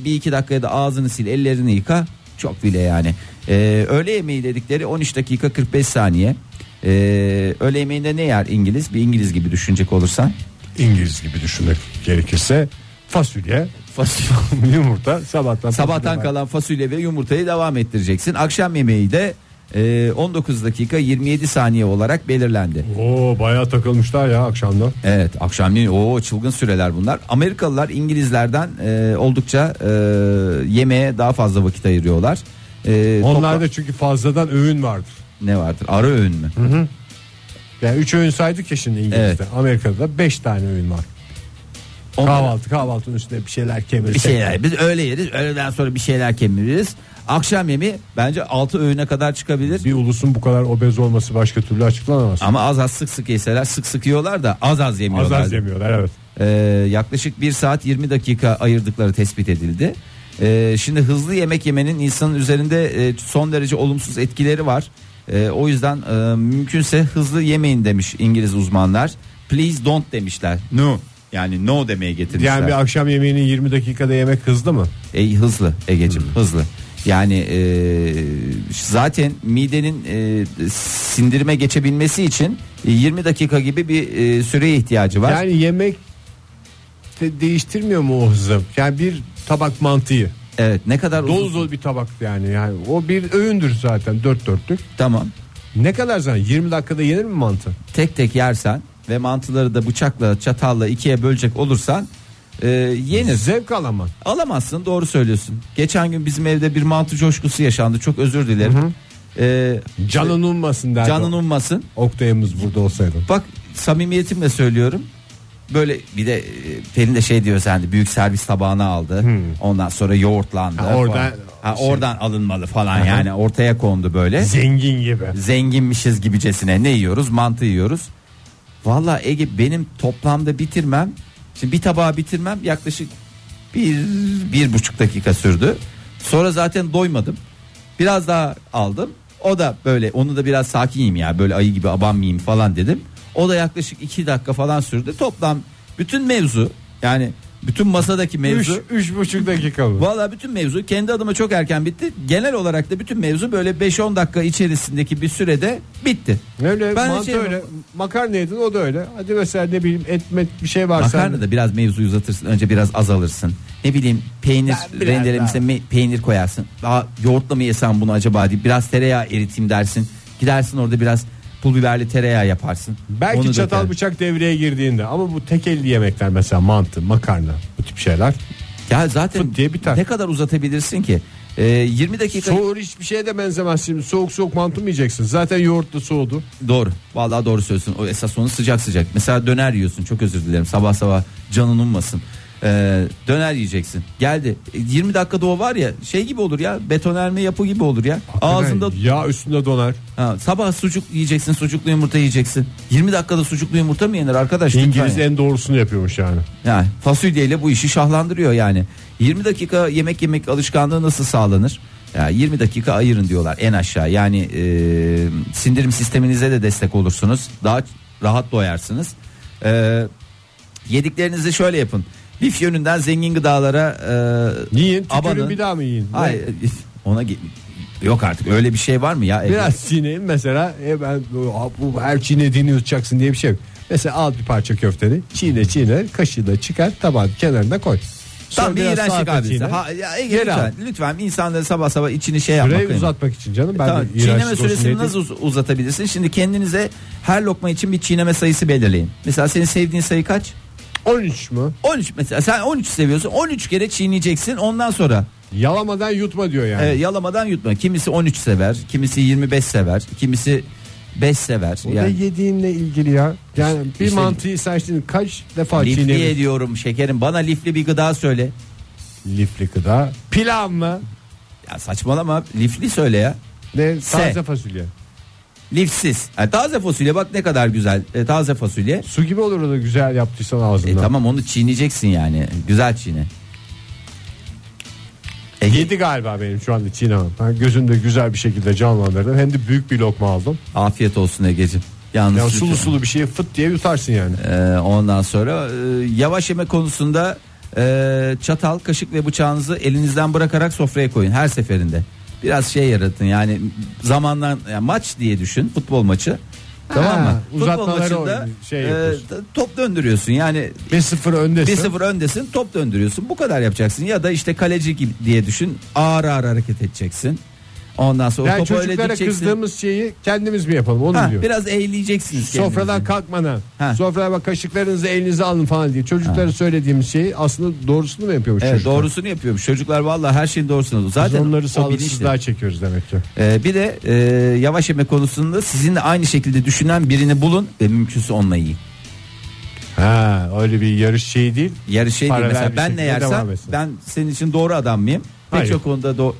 [SPEAKER 4] Bir iki dakikaya da ağzını sil ellerini yıka. Çok bile yani. Ee, öğle yemeği dedikleri 13 dakika 45 saniye. Ee, öğle yemeğinde ne yer İngiliz? Bir İngiliz gibi düşünecek olursan.
[SPEAKER 3] İngiliz gibi düşünmek gerekirse fasulye,
[SPEAKER 4] Fasulye.
[SPEAKER 3] yumurta sabahtan
[SPEAKER 4] Sabahtan
[SPEAKER 3] fasulye var.
[SPEAKER 4] kalan fasulye ve yumurtayı devam ettireceksin. Akşam yemeği de e, 19 dakika 27 saniye olarak belirlendi.
[SPEAKER 3] Oo bayağı takılmışlar ya akşamdan.
[SPEAKER 4] Evet akşamleyin o çılgın süreler bunlar. Amerikalılar İngilizlerden e, oldukça e, yemeğe daha fazla vakit ayırıyorlar. E, topla-
[SPEAKER 3] Onlarda çünkü fazladan öğün vardır.
[SPEAKER 4] ne vardır? Ara öğün mü?
[SPEAKER 3] Yani 3 öğün saydık ya şimdi İngiliz'de.
[SPEAKER 4] Evet.
[SPEAKER 3] Amerika'da da 5 tane öğün var.
[SPEAKER 4] Onlara-
[SPEAKER 3] Kahvaltı kahvaltının üstüne bir şeyler kemirsek.
[SPEAKER 4] Bir şey şeyler. Biz öğle yeriz. Öğleden sonra bir şeyler kemiririz. Akşam yemeği bence 6 öğüne kadar çıkabilir.
[SPEAKER 3] Bir ulusun bu kadar obez olması başka türlü açıklanamaz.
[SPEAKER 4] Ama az az sık sık yeseler sık sık yiyorlar da az az
[SPEAKER 3] Az
[SPEAKER 4] yemiyorlar.
[SPEAKER 3] az yemiyorlar evet.
[SPEAKER 4] Ee, yaklaşık 1 saat 20 dakika ayırdıkları tespit edildi. Ee, şimdi hızlı yemek yemenin insanın üzerinde e, son derece olumsuz etkileri var. Ee, o yüzden e, mümkünse hızlı yemeyin demiş İngiliz uzmanlar. Please don't demişler. No. Yani no demeye getirmişler.
[SPEAKER 3] Yani bir akşam yemeğini 20 dakikada yemek hızlı mı?
[SPEAKER 4] Ey hızlı Egeciğim
[SPEAKER 3] Hmm.
[SPEAKER 4] hızlı. Yani e, zaten midenin e, sindirime geçebilmesi için e, 20 dakika gibi bir e, süreye ihtiyacı var.
[SPEAKER 3] Yani yemek de değiştirmiyor mu o hızı? Yani bir tabak mantıyı.
[SPEAKER 4] evet ne kadar
[SPEAKER 3] Dolu
[SPEAKER 4] uzun-
[SPEAKER 3] dolu bir tabak yani. yani o bir öğündür zaten dört dörtlük.
[SPEAKER 4] Tamam.
[SPEAKER 3] Ne kadar zaman? 20 dakikada yenir mi mantı?
[SPEAKER 4] tek tek yersen ve mantıları da bıçakla çatalla ikiye bölecek olursan e, yenir.
[SPEAKER 3] Zevk alamam.
[SPEAKER 4] Alamazsın doğru söylüyorsun. Geçen gün bizim evde bir mantı coşkusu yaşandı çok özür dilerim. E,
[SPEAKER 3] Canın ummasın derdi.
[SPEAKER 4] canın um- ummasın.
[SPEAKER 3] Oktay'ımız burada olsaydı.
[SPEAKER 4] Bak samimiyetimle söylüyorum. Böyle bir de e, Pelin de şey diyor sende büyük servis tabağına aldı. Ondan sonra yoğurtlandı.
[SPEAKER 3] Ha, oradan- şey-
[SPEAKER 4] falan. ha, oradan alınmalı falan yani ortaya kondu böyle.
[SPEAKER 3] Zengin gibi.
[SPEAKER 4] zenginmişiz gibicesine ne yiyoruz? Mantı yiyoruz. Valla Ege benim toplamda bitirmem şimdi bir tabağı bitirmem yaklaşık bir, bir buçuk dakika sürdü. Sonra zaten doymadım. Biraz daha aldım. O da böyle onu da biraz sakin yiyeyim ya böyle ayı gibi abanmayayım falan dedim. O da yaklaşık iki dakika falan sürdü. Toplam bütün mevzu yani bütün masadaki
[SPEAKER 3] Üç,
[SPEAKER 4] mevzu.
[SPEAKER 3] üç buçuk dakika mı?
[SPEAKER 4] Valla bütün mevzu kendi adıma çok erken bitti. Genel olarak da bütün mevzu böyle 5-10 dakika içerisindeki bir sürede bitti.
[SPEAKER 3] Öyle
[SPEAKER 4] Ben
[SPEAKER 3] mantı
[SPEAKER 4] şey-
[SPEAKER 3] öyle. Makarna yedin o da öyle. Hadi mesela ne bileyim et met bir şey varsa.
[SPEAKER 4] Makarna da biraz mevzuyu uzatırsın. Önce biraz azalırsın. Ne bileyim peynir
[SPEAKER 3] Ben biraz
[SPEAKER 4] rendelemesine me- peynir koyarsın. Daha yoğurtla mı yesem bunu acaba diye biraz tereyağı eriteyim dersin. Gidersin orada biraz pul biberli tereyağı yaparsın.
[SPEAKER 3] Belki
[SPEAKER 4] Onu
[SPEAKER 3] çatal
[SPEAKER 4] döker.
[SPEAKER 3] bıçak devreye girdiğinde ama bu tek elli yemekler mesela mantı, makarna bu tip şeyler.
[SPEAKER 4] Ya zaten
[SPEAKER 3] Fıt diye biter.
[SPEAKER 4] ne kadar uzatabilirsin ki? Ee, 20 dakika
[SPEAKER 3] Soğur hiçbir şeye de benzemez şimdi. Soğuk soğuk mantı mı yiyeceksin? Zaten yoğurtlu soğudu.
[SPEAKER 4] Doğru. Vallahi doğru söylüyorsun. O esas onu sıcak sıcak. Mesela döner yiyorsun. Çok özür dilerim. Sabah sabah canın ummasın. Ee, döner yiyeceksin. Geldi. E, 20 dakikada o var ya şey gibi olur ya. Betonerme yapı gibi olur ya. Ağzında
[SPEAKER 3] yağ üstünde donar.
[SPEAKER 4] ha, sabah sucuk yiyeceksin. Sucuklu yumurta yiyeceksin. 20 dakikada sucuklu yumurta mı yenir arkadaş? Lütfen
[SPEAKER 3] İngiliz
[SPEAKER 4] ya.
[SPEAKER 3] en doğrusunu yapıyormuş yani.
[SPEAKER 4] Yani fasulyeyle bu işi şahlandırıyor yani. 20 dakika yemek yemek alışkanlığı nasıl sağlanır? Ya 20 dakika ayırın diyorlar en aşağı. Yani e, sindirim sisteminize de destek olursunuz. Daha rahat doyarsınız. E, yediklerinizi şöyle yapın. Lif yönünden zengin gıdalara e,
[SPEAKER 3] Yiyin, tükürün
[SPEAKER 4] abanın.
[SPEAKER 3] bir daha mı yiyin?
[SPEAKER 4] Hayır, ona ge- Yok artık öyle bir şey var mı ya?
[SPEAKER 3] Biraz çiğneyim mesela e ben bu, bu her çiğnediğini yutacaksın diye bir şey yok. Mesela al bir parça köfteni çiğne çiğne kaşığı da çıkar tabağın kenarına koy. Sonra
[SPEAKER 4] Tam bir
[SPEAKER 3] biraz
[SPEAKER 4] iğrençlik
[SPEAKER 3] salata
[SPEAKER 4] abisi.
[SPEAKER 3] çiğne.
[SPEAKER 4] Ha, ya, Ege,
[SPEAKER 3] Geri al.
[SPEAKER 4] lütfen, lütfen insanları sabah sabah içini şey yapmak.
[SPEAKER 3] Süreyi
[SPEAKER 4] önemli.
[SPEAKER 3] uzatmak için canım ben
[SPEAKER 4] Tamam,
[SPEAKER 3] de iğrençlik
[SPEAKER 4] çiğneme
[SPEAKER 3] olsun
[SPEAKER 4] süresini
[SPEAKER 3] diye değil.
[SPEAKER 4] nasıl uz- uzatabilirsin? Şimdi kendinize her lokma için bir çiğneme sayısı belirleyin. Mesela senin sevdiğin sayı kaç?
[SPEAKER 3] 13 mu?
[SPEAKER 4] 13 mesela sen 13 seviyorsun 13 kere çiğneyeceksin ondan sonra
[SPEAKER 3] Yalamadan yutma diyor yani.
[SPEAKER 4] e, yalamadan yutma kimisi 13 sever kimisi 25 sever kimisi 5 sever
[SPEAKER 3] O da
[SPEAKER 4] yani
[SPEAKER 3] yediğinle ilgili ya. Yani bir
[SPEAKER 4] işte-
[SPEAKER 3] mantıyı sen şimdi kaç defa
[SPEAKER 4] lifli
[SPEAKER 3] çiğnemiş?
[SPEAKER 4] ediyorum şekerim bana lifli bir gıda söyle
[SPEAKER 3] Lifli gıda. Pilav mı?
[SPEAKER 4] ya saçmalama lifli söyle ya
[SPEAKER 3] Ne?
[SPEAKER 4] Se.
[SPEAKER 3] Taze fasulye.
[SPEAKER 4] lifsiz Ha, taze fasulye bak ne kadar güzel E, taze fasulye
[SPEAKER 3] Su gibi olur o da güzel yaptıysan ağzından.
[SPEAKER 4] E, tamam onu çiğneyeceksin yani güzel çiğne Ege,
[SPEAKER 3] Yedi galiba benim şu anda çiğnemem. Ben gözümde güzel bir şekilde canlandırdım. Hem de büyük bir lokma aldım.
[SPEAKER 4] afiyet olsun Ege'cim Yalnız
[SPEAKER 3] Ya
[SPEAKER 4] lütfen.
[SPEAKER 3] sulu sulu bir şeyi fıt diye yutarsın yani.
[SPEAKER 4] Ee, ondan sonra e, yavaş yeme konusunda e, çatal, kaşık ve bıçağınızı elinizden bırakarak sofraya koyun her seferinde. Biraz şey yaratın yani zamandan yani maç diye düşün futbol maçı. Tamam mı?
[SPEAKER 3] uzatmaları
[SPEAKER 4] futbol
[SPEAKER 3] oyun-
[SPEAKER 4] maçında
[SPEAKER 3] şey
[SPEAKER 4] e,
[SPEAKER 3] yapıyorsun.
[SPEAKER 4] t- top döndürüyorsun yani
[SPEAKER 3] 1-0 öndesin.
[SPEAKER 4] 1-0 öndesin top döndürüyorsun bu kadar yapacaksın ya da işte kaleci gibi diye düşün ağır ağır hareket edeceksin. Ondan sonra
[SPEAKER 3] Yani
[SPEAKER 4] topu öyle
[SPEAKER 3] çocuklara
[SPEAKER 4] dikeceksin.
[SPEAKER 3] kızdığımız şeyi kendimiz mi yapalım onu
[SPEAKER 4] Ha,
[SPEAKER 3] diyor.
[SPEAKER 4] biraz eğleyeceksiniz kendinizi.
[SPEAKER 3] Sofradan kalkmadan
[SPEAKER 4] Ha.
[SPEAKER 3] sofraya bak kaşıklarınızı elinize alın falan diye çocuklara söylediğimiz şeyi aslında doğrusunu mu yapıyormuş
[SPEAKER 4] Evet,
[SPEAKER 3] çocuklar?
[SPEAKER 4] doğrusunu yapıyormuş. Çocuklar vallahi her şeyin doğrusunu.
[SPEAKER 3] Biz
[SPEAKER 4] Zaten
[SPEAKER 3] onları
[SPEAKER 4] o bilinçli.
[SPEAKER 3] sağlıksızlığa çekiyoruz demek ki.
[SPEAKER 4] Ee, bir de e, yavaş yeme konusunda sizinle aynı şekilde düşünen birini bulun ve mümkünse onunla yiyin.
[SPEAKER 3] Ha öyle bir yarış şeyi değil.
[SPEAKER 4] Yarı şey değil
[SPEAKER 3] Paralel
[SPEAKER 4] mesela
[SPEAKER 3] bir
[SPEAKER 4] ben ne
[SPEAKER 3] şekilde devam
[SPEAKER 4] yersem
[SPEAKER 3] etsin.
[SPEAKER 4] ben senin için doğru adam mıyım? Pek
[SPEAKER 3] Hayır.
[SPEAKER 4] çok konuda doğ-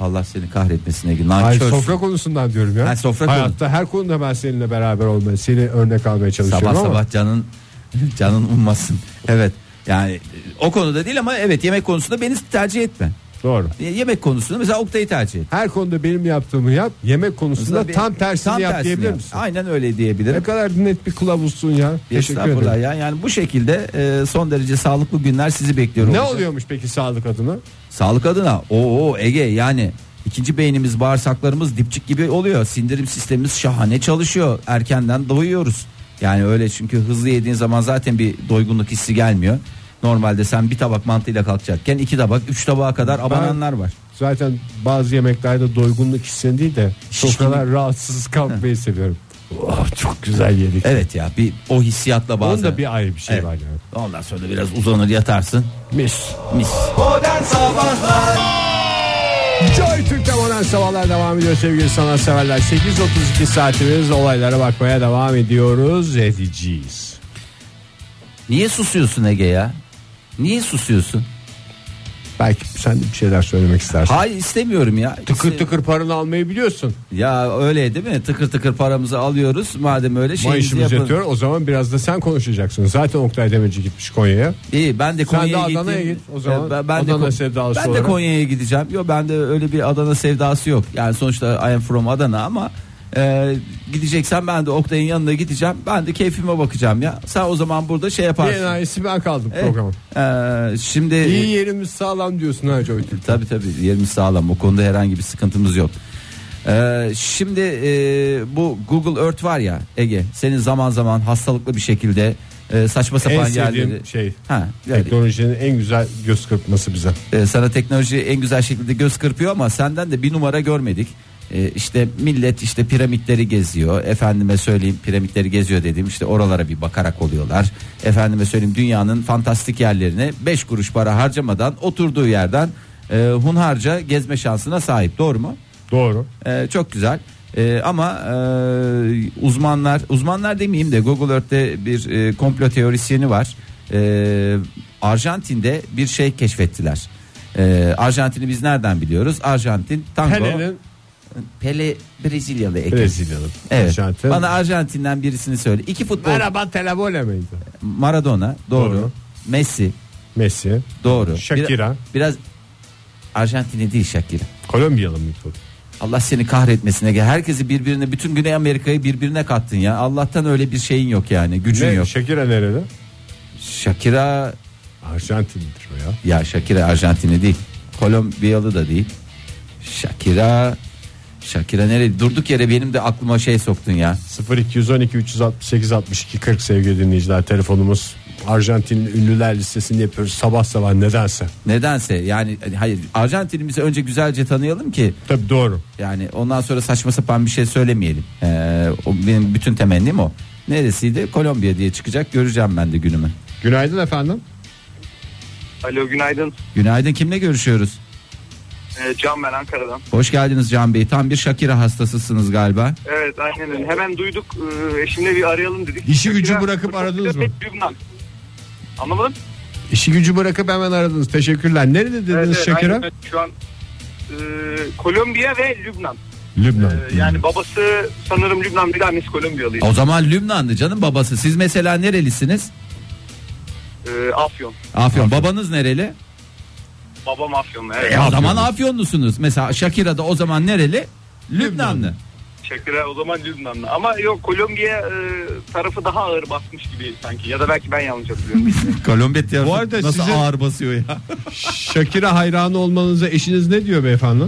[SPEAKER 4] Allah seni kahretmesin Ege.
[SPEAKER 3] Hayır,
[SPEAKER 4] nankörsün.
[SPEAKER 3] sofra konusundan diyorum ya.
[SPEAKER 4] Ha, sofra
[SPEAKER 3] Hayatta her konuda ben seninle beraber olmaya, seni örnek almaya çalışıyorum
[SPEAKER 4] sabah
[SPEAKER 3] ama.
[SPEAKER 4] sabah canın canın ummasın. Evet. Yani e, o konuda değil ama evet yemek konusunda beni tercih etme.
[SPEAKER 3] Doğru.
[SPEAKER 4] E, Yemek konusunda mesela Oktay'ı tercih et.
[SPEAKER 3] Her konuda benim yaptığımı yap. Yemek konusunda
[SPEAKER 4] Mesela bir-
[SPEAKER 3] tam tersini
[SPEAKER 4] tam
[SPEAKER 3] yap
[SPEAKER 4] tersini
[SPEAKER 3] diyebilir
[SPEAKER 4] yap.
[SPEAKER 3] misin?
[SPEAKER 4] Aynen öyle diyebilirim.
[SPEAKER 3] Ne kadar net bir kılavuzsun ya. Teşekkür
[SPEAKER 4] Estağfurullah
[SPEAKER 3] ederim.
[SPEAKER 4] ya. Yani bu şekilde e, son derece sağlıklı günler sizi bekliyor.
[SPEAKER 3] Ne
[SPEAKER 4] olacak.
[SPEAKER 3] oluyormuş peki sağlık adına?
[SPEAKER 4] Sağlık adına. Oo Ege yani ikinci beynimiz, bağırsaklarımız dipçik gibi oluyor. Sindirim sistemimiz şahane çalışıyor. Erkenden doyuyoruz. Yani öyle çünkü hızlı yediğin zaman zaten bir doygunluk hissi gelmiyor. Normalde sen bir tabak mantıyla kalkacakken iki tabak, üç tabağa kadar abananlar var.
[SPEAKER 3] Zaten bazı yemeklerde doygunluk hissini değil de
[SPEAKER 4] Şişkinlik.
[SPEAKER 3] sofralar rahatsız kalkmayı seviyorum. Oh, çok güzel yedik.
[SPEAKER 4] Evet ya bir o hissiyatla bazen.
[SPEAKER 3] Onun da bir ayrı bir şey
[SPEAKER 4] Evet.
[SPEAKER 3] var yani.
[SPEAKER 4] Ondan sonra da biraz uzanır yatarsın.
[SPEAKER 3] Mis.
[SPEAKER 4] Mis.
[SPEAKER 2] Modern Sabahlar
[SPEAKER 3] Joy Türk'te modern sabahlar devam ediyor sevgili sanatseverler. 8.32 saatimiz olaylara bakmaya devam ediyoruz. Edeceğiz.
[SPEAKER 4] Niye susuyorsun Ege ya? Niye susuyorsun?
[SPEAKER 3] Belki sen de bir şeyler söylemek istersin.
[SPEAKER 4] Hayır istemiyorum ya.
[SPEAKER 3] Tıkır
[SPEAKER 4] İste-
[SPEAKER 3] tıkır paranı almayı biliyorsun.
[SPEAKER 4] Ya öyle değil mi? Tıkır tıkır paramızı alıyoruz. Madem öyle
[SPEAKER 3] Mayışımız
[SPEAKER 4] şeyimizi yapın.
[SPEAKER 3] yetiyor. O zaman biraz da sen konuşacaksın. Zaten Oktay Demirci gitmiş Konya'ya.
[SPEAKER 4] İyi ben de
[SPEAKER 3] Sen
[SPEAKER 4] Konya'ya
[SPEAKER 3] de
[SPEAKER 4] gittim.
[SPEAKER 3] Adana'ya git o zaman.
[SPEAKER 4] Ben, ben de
[SPEAKER 3] Adana
[SPEAKER 4] Kon-
[SPEAKER 3] sevdalısı
[SPEAKER 4] Ben de
[SPEAKER 3] olarak.
[SPEAKER 4] Konya'ya gideceğim. Yo ben de öyle bir Adana sevdası yok. Yani sonuçta I am from Adana ama e, gideceksen ben de Oktay'ın yanına gideceğim. Ben de keyfime bakacağım ya. Sen o zaman burada şey
[SPEAKER 3] Bir
[SPEAKER 4] yaparsın.
[SPEAKER 3] enayisi ben kaldım
[SPEAKER 4] Evet.
[SPEAKER 3] programın.
[SPEAKER 4] E, şimdi
[SPEAKER 3] İyi yerimiz sağlam diyorsun ha Joy Türk.
[SPEAKER 4] Tabii tabii yerimiz sağlam. O konuda herhangi bir sıkıntımız yok. Ee, şimdi e, bu Google Earth var ya Ege senin zaman zaman hastalıklı bir şekilde e, saçma
[SPEAKER 3] En
[SPEAKER 4] sapan
[SPEAKER 3] sevdiğim
[SPEAKER 4] yerleri
[SPEAKER 3] şey.
[SPEAKER 4] ha yani,
[SPEAKER 3] Teknolojinin en güzel göz kırpması bize.
[SPEAKER 4] e, sana teknoloji en güzel şekilde göz kırpıyor ama senden de bir numara görmedik. E, işte millet işte piramitleri geziyor. Efendime söyleyeyim piramitleri geziyor dediğim işte oralara bir bakarak oluyorlar. Efendime söyleyeyim dünyanın fantastik yerlerine 5 kuruş para harcamadan oturduğu yerden e, hunharca gezme şansına sahip. Doğru mu?
[SPEAKER 3] Doğru.
[SPEAKER 4] Ee, çok güzel. Ee, ama e, uzmanlar uzmanlar demeyeyim de Google Earth'te bir e, komplo teorisyeni var. Ee, Arjantin'de bir şey keşfettiler. Ee, Arjantin'i biz nereden biliyoruz? Arjantin tango.
[SPEAKER 3] Pele'nin
[SPEAKER 4] Pele Brezilyalı ekip.
[SPEAKER 3] Brezilyalı.
[SPEAKER 4] Evet.
[SPEAKER 3] Arjantin.
[SPEAKER 4] Bana Arjantin'den birisini söyle. İki futbol.
[SPEAKER 3] Merhaba Telabole miydi?
[SPEAKER 4] Maradona doğru.
[SPEAKER 3] Doğru.
[SPEAKER 4] Messi
[SPEAKER 3] Messi.
[SPEAKER 4] doğru.
[SPEAKER 3] Shakira.
[SPEAKER 4] Biraz, biraz Arjantin'e değil Shakira.
[SPEAKER 3] Kolombiyalı mıydı? o?
[SPEAKER 4] Allah seni kahretmesin Ege. Herkesi birbirine bütün Güney Amerika'yı birbirine kattın ya. Allah'tan öyle bir şeyin yok yani. Gücün
[SPEAKER 3] Ne?
[SPEAKER 4] yok.
[SPEAKER 3] Shakira nerede?
[SPEAKER 4] Shakira
[SPEAKER 3] Arjantin'dir o ya.
[SPEAKER 4] ya Shakira Arjantinli değil. Kolombiyalı da değil. Shakira Şakir'e nereye durduk yere benim de aklıma şey soktun ya.
[SPEAKER 3] 0212 368 62 40 sevgili dinleyiciler telefonumuz. Arjantin'in ünlüler listesini yapıyoruz sabah sabah nedense.
[SPEAKER 4] Nedense yani hayır Arjantin'imizi önce güzelce tanıyalım ki
[SPEAKER 3] Tabii doğru.
[SPEAKER 4] yani ondan sonra saçma sapan bir şey söylemeyelim. Ee, o benim bütün temennim o. Neresiydi? Kolombiya diye çıkacak göreceğim ben de günümü.
[SPEAKER 3] Günaydın efendim.
[SPEAKER 6] Alo günaydın.
[SPEAKER 4] Günaydın kimle görüşüyoruz?
[SPEAKER 6] Ee, Can ben Ankara'dan.
[SPEAKER 4] Hoş geldiniz Can Bey. Tam bir Shakira hastasısınız galiba.
[SPEAKER 6] Evet aynen öyle. Hemen duyduk. Ee, eşimle bir arayalım dedik.
[SPEAKER 3] İşi gücü
[SPEAKER 6] Biraz-
[SPEAKER 3] bırakıp aradınız mı?
[SPEAKER 6] Pek Lübnan. Anlamadım.
[SPEAKER 3] İşi gücü bırakıp hemen aradınız. Teşekkürler. Nerede dediniz
[SPEAKER 6] Evet, evet,
[SPEAKER 3] Şakir'e?
[SPEAKER 6] aynen öyle. Şu an e, Kolombiya ve Lübnan.
[SPEAKER 3] Lübnan.
[SPEAKER 6] Ee, yani babası sanırım Lübnan bir de annesi Kolombiyalıydı.
[SPEAKER 4] E, O zaman Lübnanlı canım babası. Siz mesela nerelisiniz?
[SPEAKER 6] Ee, Afyon.
[SPEAKER 4] Afyon. E, Babanız nereli?
[SPEAKER 6] Babam Afyonlu. Evet.
[SPEAKER 4] E, o zaman Afyonlusunuz. Mesela Shakira da o zaman nereli? Lübnanlı.
[SPEAKER 6] Şakir'e o zaman Lübnan'da. Ama yok Kolombiya e, tarafı daha ağır basmış gibi sanki. Ya da belki ben yanlış hatırlıyorum.
[SPEAKER 4] Kolombiya tiyatro
[SPEAKER 3] Bu arada
[SPEAKER 4] nasıl
[SPEAKER 3] sizin-
[SPEAKER 4] ağır basıyor ya.
[SPEAKER 3] Şakir'e hayranı olmanıza eşiniz ne diyor beyefendi?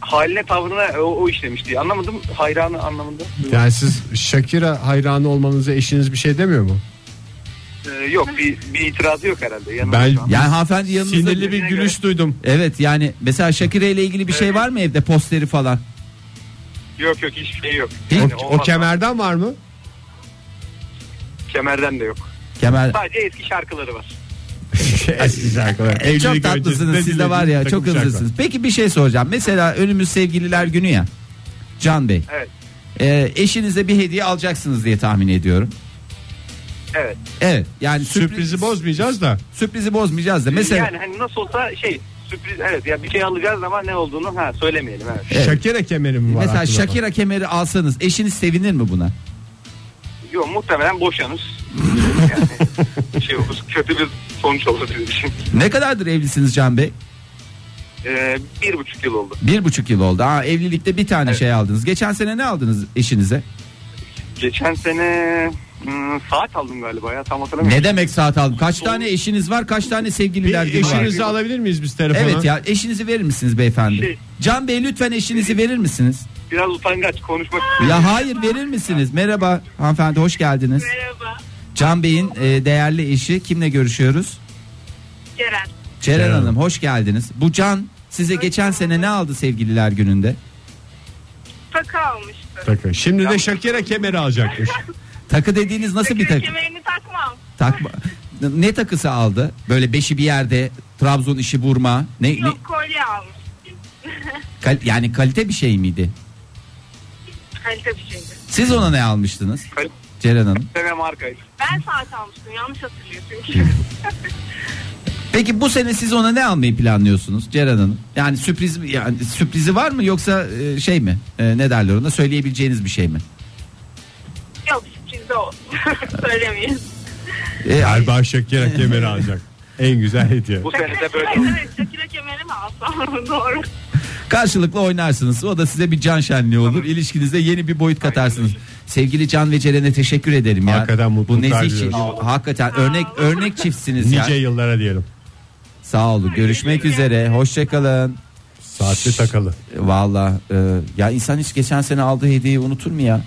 [SPEAKER 6] Haline tavrına o, o işlemiş diye. Anlamadım. Hayranı anlamında.
[SPEAKER 3] Yani siz Şakir'e hayranı olmanıza eşiniz bir şey demiyor mu?
[SPEAKER 6] Ee, yok bir, bir itirazı yok herhalde. Yanımda
[SPEAKER 3] Ben-
[SPEAKER 6] şu an.
[SPEAKER 4] Yani hanımefendi yanınızda.
[SPEAKER 3] Sinirli bir gülüş duydum.
[SPEAKER 4] Evet yani mesela Shakira ile ilgili bir şey var mı evde posteri falan?
[SPEAKER 6] Yok yok hiçbir şey yok.
[SPEAKER 4] Hiç-
[SPEAKER 3] O,
[SPEAKER 6] Yani
[SPEAKER 3] o
[SPEAKER 6] olmaz.
[SPEAKER 3] kemerden var mı?
[SPEAKER 6] Kemerden de yok.
[SPEAKER 4] Kemal
[SPEAKER 6] Sadece eski şarkıları var.
[SPEAKER 4] çok tatlısınız siz de var ya çok hızlısınız. Peki bir şey soracağım. Mesela önümüz sevgililer günü ya. Can Bey.
[SPEAKER 6] Evet.
[SPEAKER 4] Ee, eşinize bir hediye alacaksınız diye tahmin ediyorum.
[SPEAKER 6] Evet.
[SPEAKER 4] Evet. Yani sürpriz-
[SPEAKER 3] Sürprizi bozmayacağız da.
[SPEAKER 4] Sürprizi bozmayacağız da. Mesela
[SPEAKER 6] Yani hani nasıl olsa şey sürpriz evet ya bir şey alacağız ama ne olduğunu ha söylemeyelim evet.
[SPEAKER 4] Evet.
[SPEAKER 3] Şakir'e kemeri mi var?
[SPEAKER 4] mesela
[SPEAKER 3] aklınızda?
[SPEAKER 4] Shakira kemeri alsanız eşiniz sevinir mi buna?
[SPEAKER 6] Yok muhtemelen boşanız. yani şey olur kötü bir sonuç olur bizim için.
[SPEAKER 4] Ne kadardır evlisiniz Can Bey?
[SPEAKER 6] Ee, bir buçuk yıl oldu.
[SPEAKER 4] Bir buçuk yıl oldu. Aa, evlilikte bir tane şey aldınız. Geçen sene ne aldınız eşinize?
[SPEAKER 6] Geçen sene hmm, saat aldım galiba ya tam hatırlamıyorum.
[SPEAKER 4] Ne demek saat aldım? Kaç tane eşiniz var? Kaç tane
[SPEAKER 3] Bir
[SPEAKER 4] sevgililer günü var?
[SPEAKER 3] eşinizi alabilir miyiz biz telefona?
[SPEAKER 4] Evet ya eşinizi verir misiniz beyefendi?
[SPEAKER 6] Şey-
[SPEAKER 4] Can Bey lütfen eşinizi verir misiniz?
[SPEAKER 6] Biraz utangaç konuşmak istiyorum.
[SPEAKER 4] Ya hayır verir misiniz? Merhaba hanımefendi hoş geldiniz.
[SPEAKER 7] Merhaba.
[SPEAKER 4] Can Bey'in e, değerli eşi kimle görüşüyoruz?
[SPEAKER 7] Ceren.
[SPEAKER 4] Ceren Hanım hoş geldiniz. Bu Can size geçen sene ne aldı sevgililer gününde?
[SPEAKER 7] Takı almıştı.
[SPEAKER 3] Takın. Şimdi de Şakir'e kemeri alacakmış.
[SPEAKER 4] Takı dediğiniz nasıl bir takı?
[SPEAKER 7] Kemerini takmam.
[SPEAKER 4] Takma. Ne takısı aldı? Böyle beşi bir yerde Trabzon işi vurma. Ne, ne-
[SPEAKER 7] Yok kolye almış.
[SPEAKER 4] kal- yani kalite bir şey miydi?
[SPEAKER 7] Kalite bir şeydi.
[SPEAKER 4] Siz ona ne almıştınız?
[SPEAKER 6] Kal-
[SPEAKER 4] Ceren Hanım.
[SPEAKER 6] Sene markaydı.
[SPEAKER 7] Ben saat almıştım. Yanlış hatırlıyor çünkü.
[SPEAKER 4] Peki bu sene siz ona ne almayı planlıyorsunuz Ceren Hanım? Yani sürpriz yani sürprizi var mı yoksa e, şey mi? E, ne derler ona? Söyleyebileceğiniz bir şey mi?
[SPEAKER 7] Yok sürprizde o. Söylemeyiz.
[SPEAKER 4] E,
[SPEAKER 3] Galiba Şakir'e kemeri alacak. En güzel hediye.
[SPEAKER 6] Bu sene de böyle
[SPEAKER 7] Ay,
[SPEAKER 6] oldu.
[SPEAKER 7] evet Şakir'e kemeri mi alsam? Doğru.
[SPEAKER 4] karşılıklı oynarsınız. O da size bir can şenliği olur. İlişkinize yeni bir boyut katarsınız. Sevgili Can ve Ceren'e teşekkür ederim ya.
[SPEAKER 3] Hakikaten
[SPEAKER 4] bu
[SPEAKER 3] mutluluklar
[SPEAKER 4] nezih
[SPEAKER 3] diliyoruz.
[SPEAKER 4] çift- hakikaten örnek örnek çiftsiniz ya.
[SPEAKER 3] Nice yıllara diyelim.
[SPEAKER 4] Sağ olun. Görüşmek üzere. Hoşçakalın.
[SPEAKER 3] Saatli takalı.
[SPEAKER 4] Valla e, ya insan hiç geçen sene aldığı hediyeyi unutur mu ya?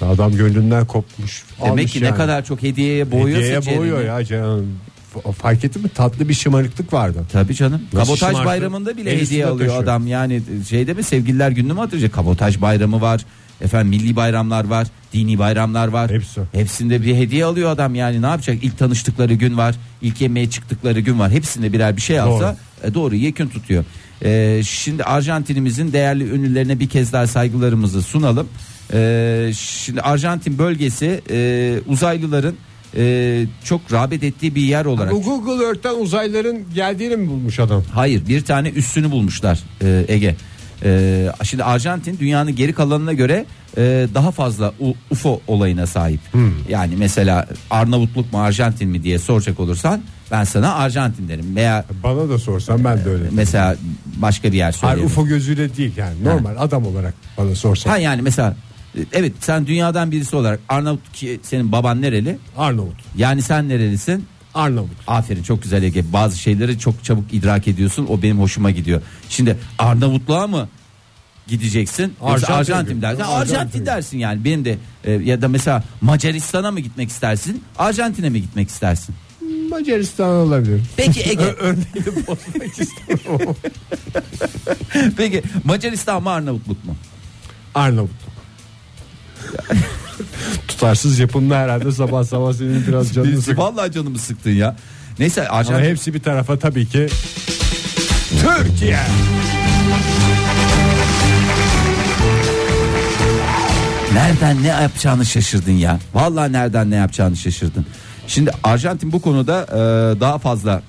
[SPEAKER 3] Adam gönlünden kopmuş.
[SPEAKER 4] Demek
[SPEAKER 3] Almış
[SPEAKER 4] ki ne
[SPEAKER 3] yani.
[SPEAKER 4] kadar çok hediyeye boğuyorsa
[SPEAKER 3] Hediyeye
[SPEAKER 4] Ceren'i.
[SPEAKER 3] boğuyor ya canım. F- Fark ettin mi? Tatlı bir şımarıklık vardı.
[SPEAKER 4] Tabii canım.
[SPEAKER 3] Nasıl
[SPEAKER 4] kabotaj
[SPEAKER 3] şımarttı?
[SPEAKER 4] bayramında bile
[SPEAKER 3] El
[SPEAKER 4] hediye
[SPEAKER 3] üstünde
[SPEAKER 4] alıyor
[SPEAKER 3] taşıyor.
[SPEAKER 4] adam. Yani e, şeyde mi sevgililer gününü mü hatırlayacak? Kabotaj bayramı var. Efendim milli bayramlar var. Dini bayramlar var.
[SPEAKER 3] Hepsi.
[SPEAKER 4] Hepsinde bir hediye alıyor adam yani ne yapacak? İlk tanıştıkları gün var. ilk yemeğe çıktıkları gün var. Hepsinde birer bir şey alsa e, doğru yekün tutuyor. E, şimdi Arjantinimizin değerli ünlülerine bir kez daha saygılarımızı sunalım. E, şimdi Arjantin bölgesi e, uzaylıların e, çok rağbet ettiği bir yer olarak
[SPEAKER 3] Bu Google Earth'ten uzayların geldiğini mi bulmuş adam?
[SPEAKER 4] Hayır bir tane üstünü bulmuşlar e, Ege. E, şimdi Arjantin dünyanın geri kalanına göre e, daha fazla U- UFO olayına sahip. Yani mesela Arnavutluk mu Arjantin mi diye soracak olursan ben sana Arjantin derim veya
[SPEAKER 3] Bana da sorsan ben de öyle.
[SPEAKER 4] mesela başka bir yer
[SPEAKER 3] Hayır
[SPEAKER 4] söylerim.
[SPEAKER 3] UFO gözüyle değil yani normal adam olarak bana sorsan.
[SPEAKER 4] Ha yani mesela e, evet sen dünyadan birisi olarak Arnavut ki senin baban nereli?
[SPEAKER 3] Arnavut.
[SPEAKER 4] Yani sen nerelisin?
[SPEAKER 3] Arnavut.
[SPEAKER 4] Aferin çok güzel Ege. Bazı şeyleri çok çabuk idrak ediyorsun. O benim hoşuma gidiyor. Şimdi Arnavutluğa mı gideceksin? Yoksa
[SPEAKER 5] Arjantin
[SPEAKER 4] Arjantin,
[SPEAKER 5] gibi.
[SPEAKER 4] dersin.
[SPEAKER 5] Arjantin.
[SPEAKER 4] Arjantin, dersin yani. Benim de e, ya da mesela Macaristan'a mı gitmek istersin? Arjantin'e mi gitmek istersin?
[SPEAKER 3] Macaristan olabilir.
[SPEAKER 4] Peki Ege. Peki Macaristan mı Arnavutluk mu?
[SPEAKER 3] Arnavutluk. Tutarsız yapımda herhalde sabah sabah senin biraz canını sıkıyor.
[SPEAKER 4] Vallahi canımı sıktın ya. Neyse
[SPEAKER 3] Ama
[SPEAKER 4] Arjantin.
[SPEAKER 3] hepsi bir tarafa tabii ki
[SPEAKER 4] Nereden ne yapacağını şaşırdın ya. Vallahi nereden ne yapacağını şaşırdın. Şimdi Arjantin bu konuda e, daha fazla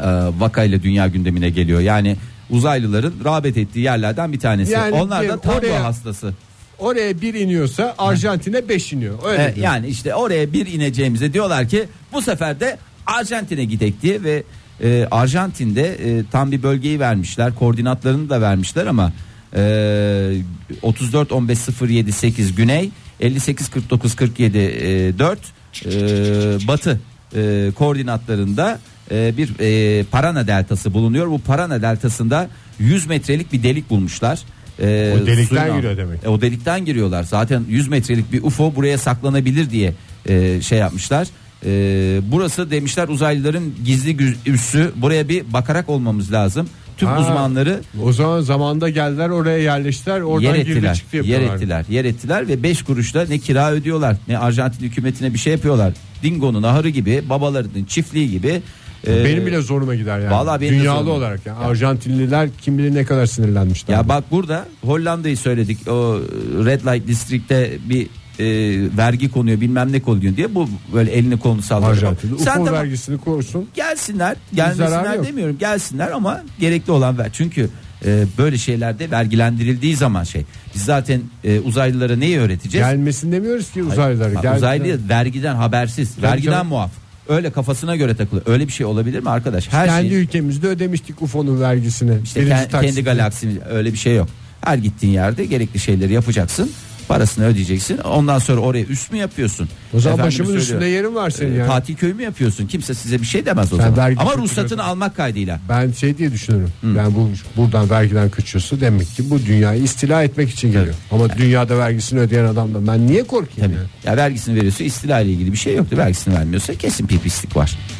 [SPEAKER 4] e, vakayla dünya gündemine geliyor. Yani uzaylıların rağbet ettiği yerlerden bir tanesi.
[SPEAKER 3] Yani
[SPEAKER 4] Onlar
[SPEAKER 3] bir
[SPEAKER 4] da tango
[SPEAKER 3] oraya-
[SPEAKER 4] hastası.
[SPEAKER 3] oraya bir iniyorsa Arjantin'e beş iniyor. Öyle
[SPEAKER 4] E,
[SPEAKER 3] diyor.
[SPEAKER 4] yani işte oraya bir ineceğimize diyorlar ki bu sefer de Arjantin'e gidek diye ve e, Arjantin'de e, tam bir bölgeyi vermişler. Koordinatlarını da vermişler ama e, 34 15 07 8 güney 58 49 47 e, 4 e, batı e, koordinatlarında e, bir e, Parana deltası bulunuyor. Bu Parana deltasında 100 metrelik bir delik bulmuşlar. E,
[SPEAKER 3] O delikten
[SPEAKER 4] suyun altı-
[SPEAKER 3] giriyor demek.
[SPEAKER 4] e, o delikten giriyorlar. Zaten 100 metrelik bir UFO buraya saklanabilir diye e, şey yapmışlar. E, burası demişler uzaylıların gizli gü- üssü. Buraya bir bakarak olmamız lazım. Tüm
[SPEAKER 3] Ha.
[SPEAKER 4] uzmanları
[SPEAKER 3] O zaman zamanda geldiler oraya yerleştiler. Oradan
[SPEAKER 4] yer
[SPEAKER 3] girdi
[SPEAKER 4] ettiler.
[SPEAKER 3] çıktı
[SPEAKER 4] Yer
[SPEAKER 3] yapıyorlar.
[SPEAKER 4] ettiler. Yer ettiler ve 5 kuruşla ne kira ödüyorlar ne Arjantin hükümetine bir şey yapıyorlar. Dingo'nun aharı gibi, babalarının çiftliği gibi. e,
[SPEAKER 3] Benim bile zoruma gider yani.
[SPEAKER 4] Vallahi benim de
[SPEAKER 3] Dünyalı
[SPEAKER 4] zoruma.
[SPEAKER 3] olarak yani. Arjantinliler kim bilir ne kadar sinirlenmişler.
[SPEAKER 4] Ya bak burada Hollanda'yı söyledik. O Red Light District'te bir e, vergi konuyor bilmem ne konuyor diye bu böyle elini kolunu sallıyor.
[SPEAKER 3] Arjantinli. UFO
[SPEAKER 4] Sen tamam,
[SPEAKER 3] vergisini korusun.
[SPEAKER 4] gelsinler gelmesinler
[SPEAKER 3] zararı yok.
[SPEAKER 4] demiyorum gelsinler ama gerekli olan ver. Çünkü e, böyle şeylerde vergilendirildiği zaman şey biz zaten e, uzaylılara neyi öğreteceğiz?
[SPEAKER 3] Gelmesin demiyoruz ki uzaylılara.
[SPEAKER 4] Bak,
[SPEAKER 3] Gelsinler.
[SPEAKER 4] Uzaylı vergiden habersiz vergiden
[SPEAKER 3] canım.
[SPEAKER 4] muaf öyle kafasına göre takılıyor öyle bir şey olabilir mi arkadaş? Her
[SPEAKER 3] Kendi
[SPEAKER 4] şey-
[SPEAKER 3] ülkemizde ödemiştik UFO'nun vergisini.
[SPEAKER 4] işte
[SPEAKER 3] Birinci
[SPEAKER 4] E, ke- kendi
[SPEAKER 3] taksitini.
[SPEAKER 4] galaksimiz öyle bir şey yok. Her gittiğin yerde gerekli şeyleri yapacaksın. Parasını ödeyeceksin. Ondan sonra oraya üst mü yapıyorsun?
[SPEAKER 3] O zaman
[SPEAKER 4] Efendime
[SPEAKER 3] başımın
[SPEAKER 4] söylüyorum,
[SPEAKER 3] üstünde yerin var senin
[SPEAKER 4] e,
[SPEAKER 3] yani.
[SPEAKER 4] Tatil köyü mü yapıyorsun? Kimse size bir şey demez o
[SPEAKER 3] Sen
[SPEAKER 4] zaman.
[SPEAKER 3] vergi
[SPEAKER 4] Ama
[SPEAKER 3] kültürü-
[SPEAKER 4] ruhsatını almak kaydıyla.
[SPEAKER 3] Ben şey diye düşünüyorum. Yani bu buradan vergiden kaçıyorsa demek ki bu dünyayı istila etmek için geliyor. Ama dünyada vergisini ödeyen adamdan ben niye korkayım?
[SPEAKER 4] Tabii.
[SPEAKER 3] yani?
[SPEAKER 4] Ya vergisini veriyorsa istila ile ilgili bir şey yoktu. Vergisini vermiyorsa kesin bir pislik var.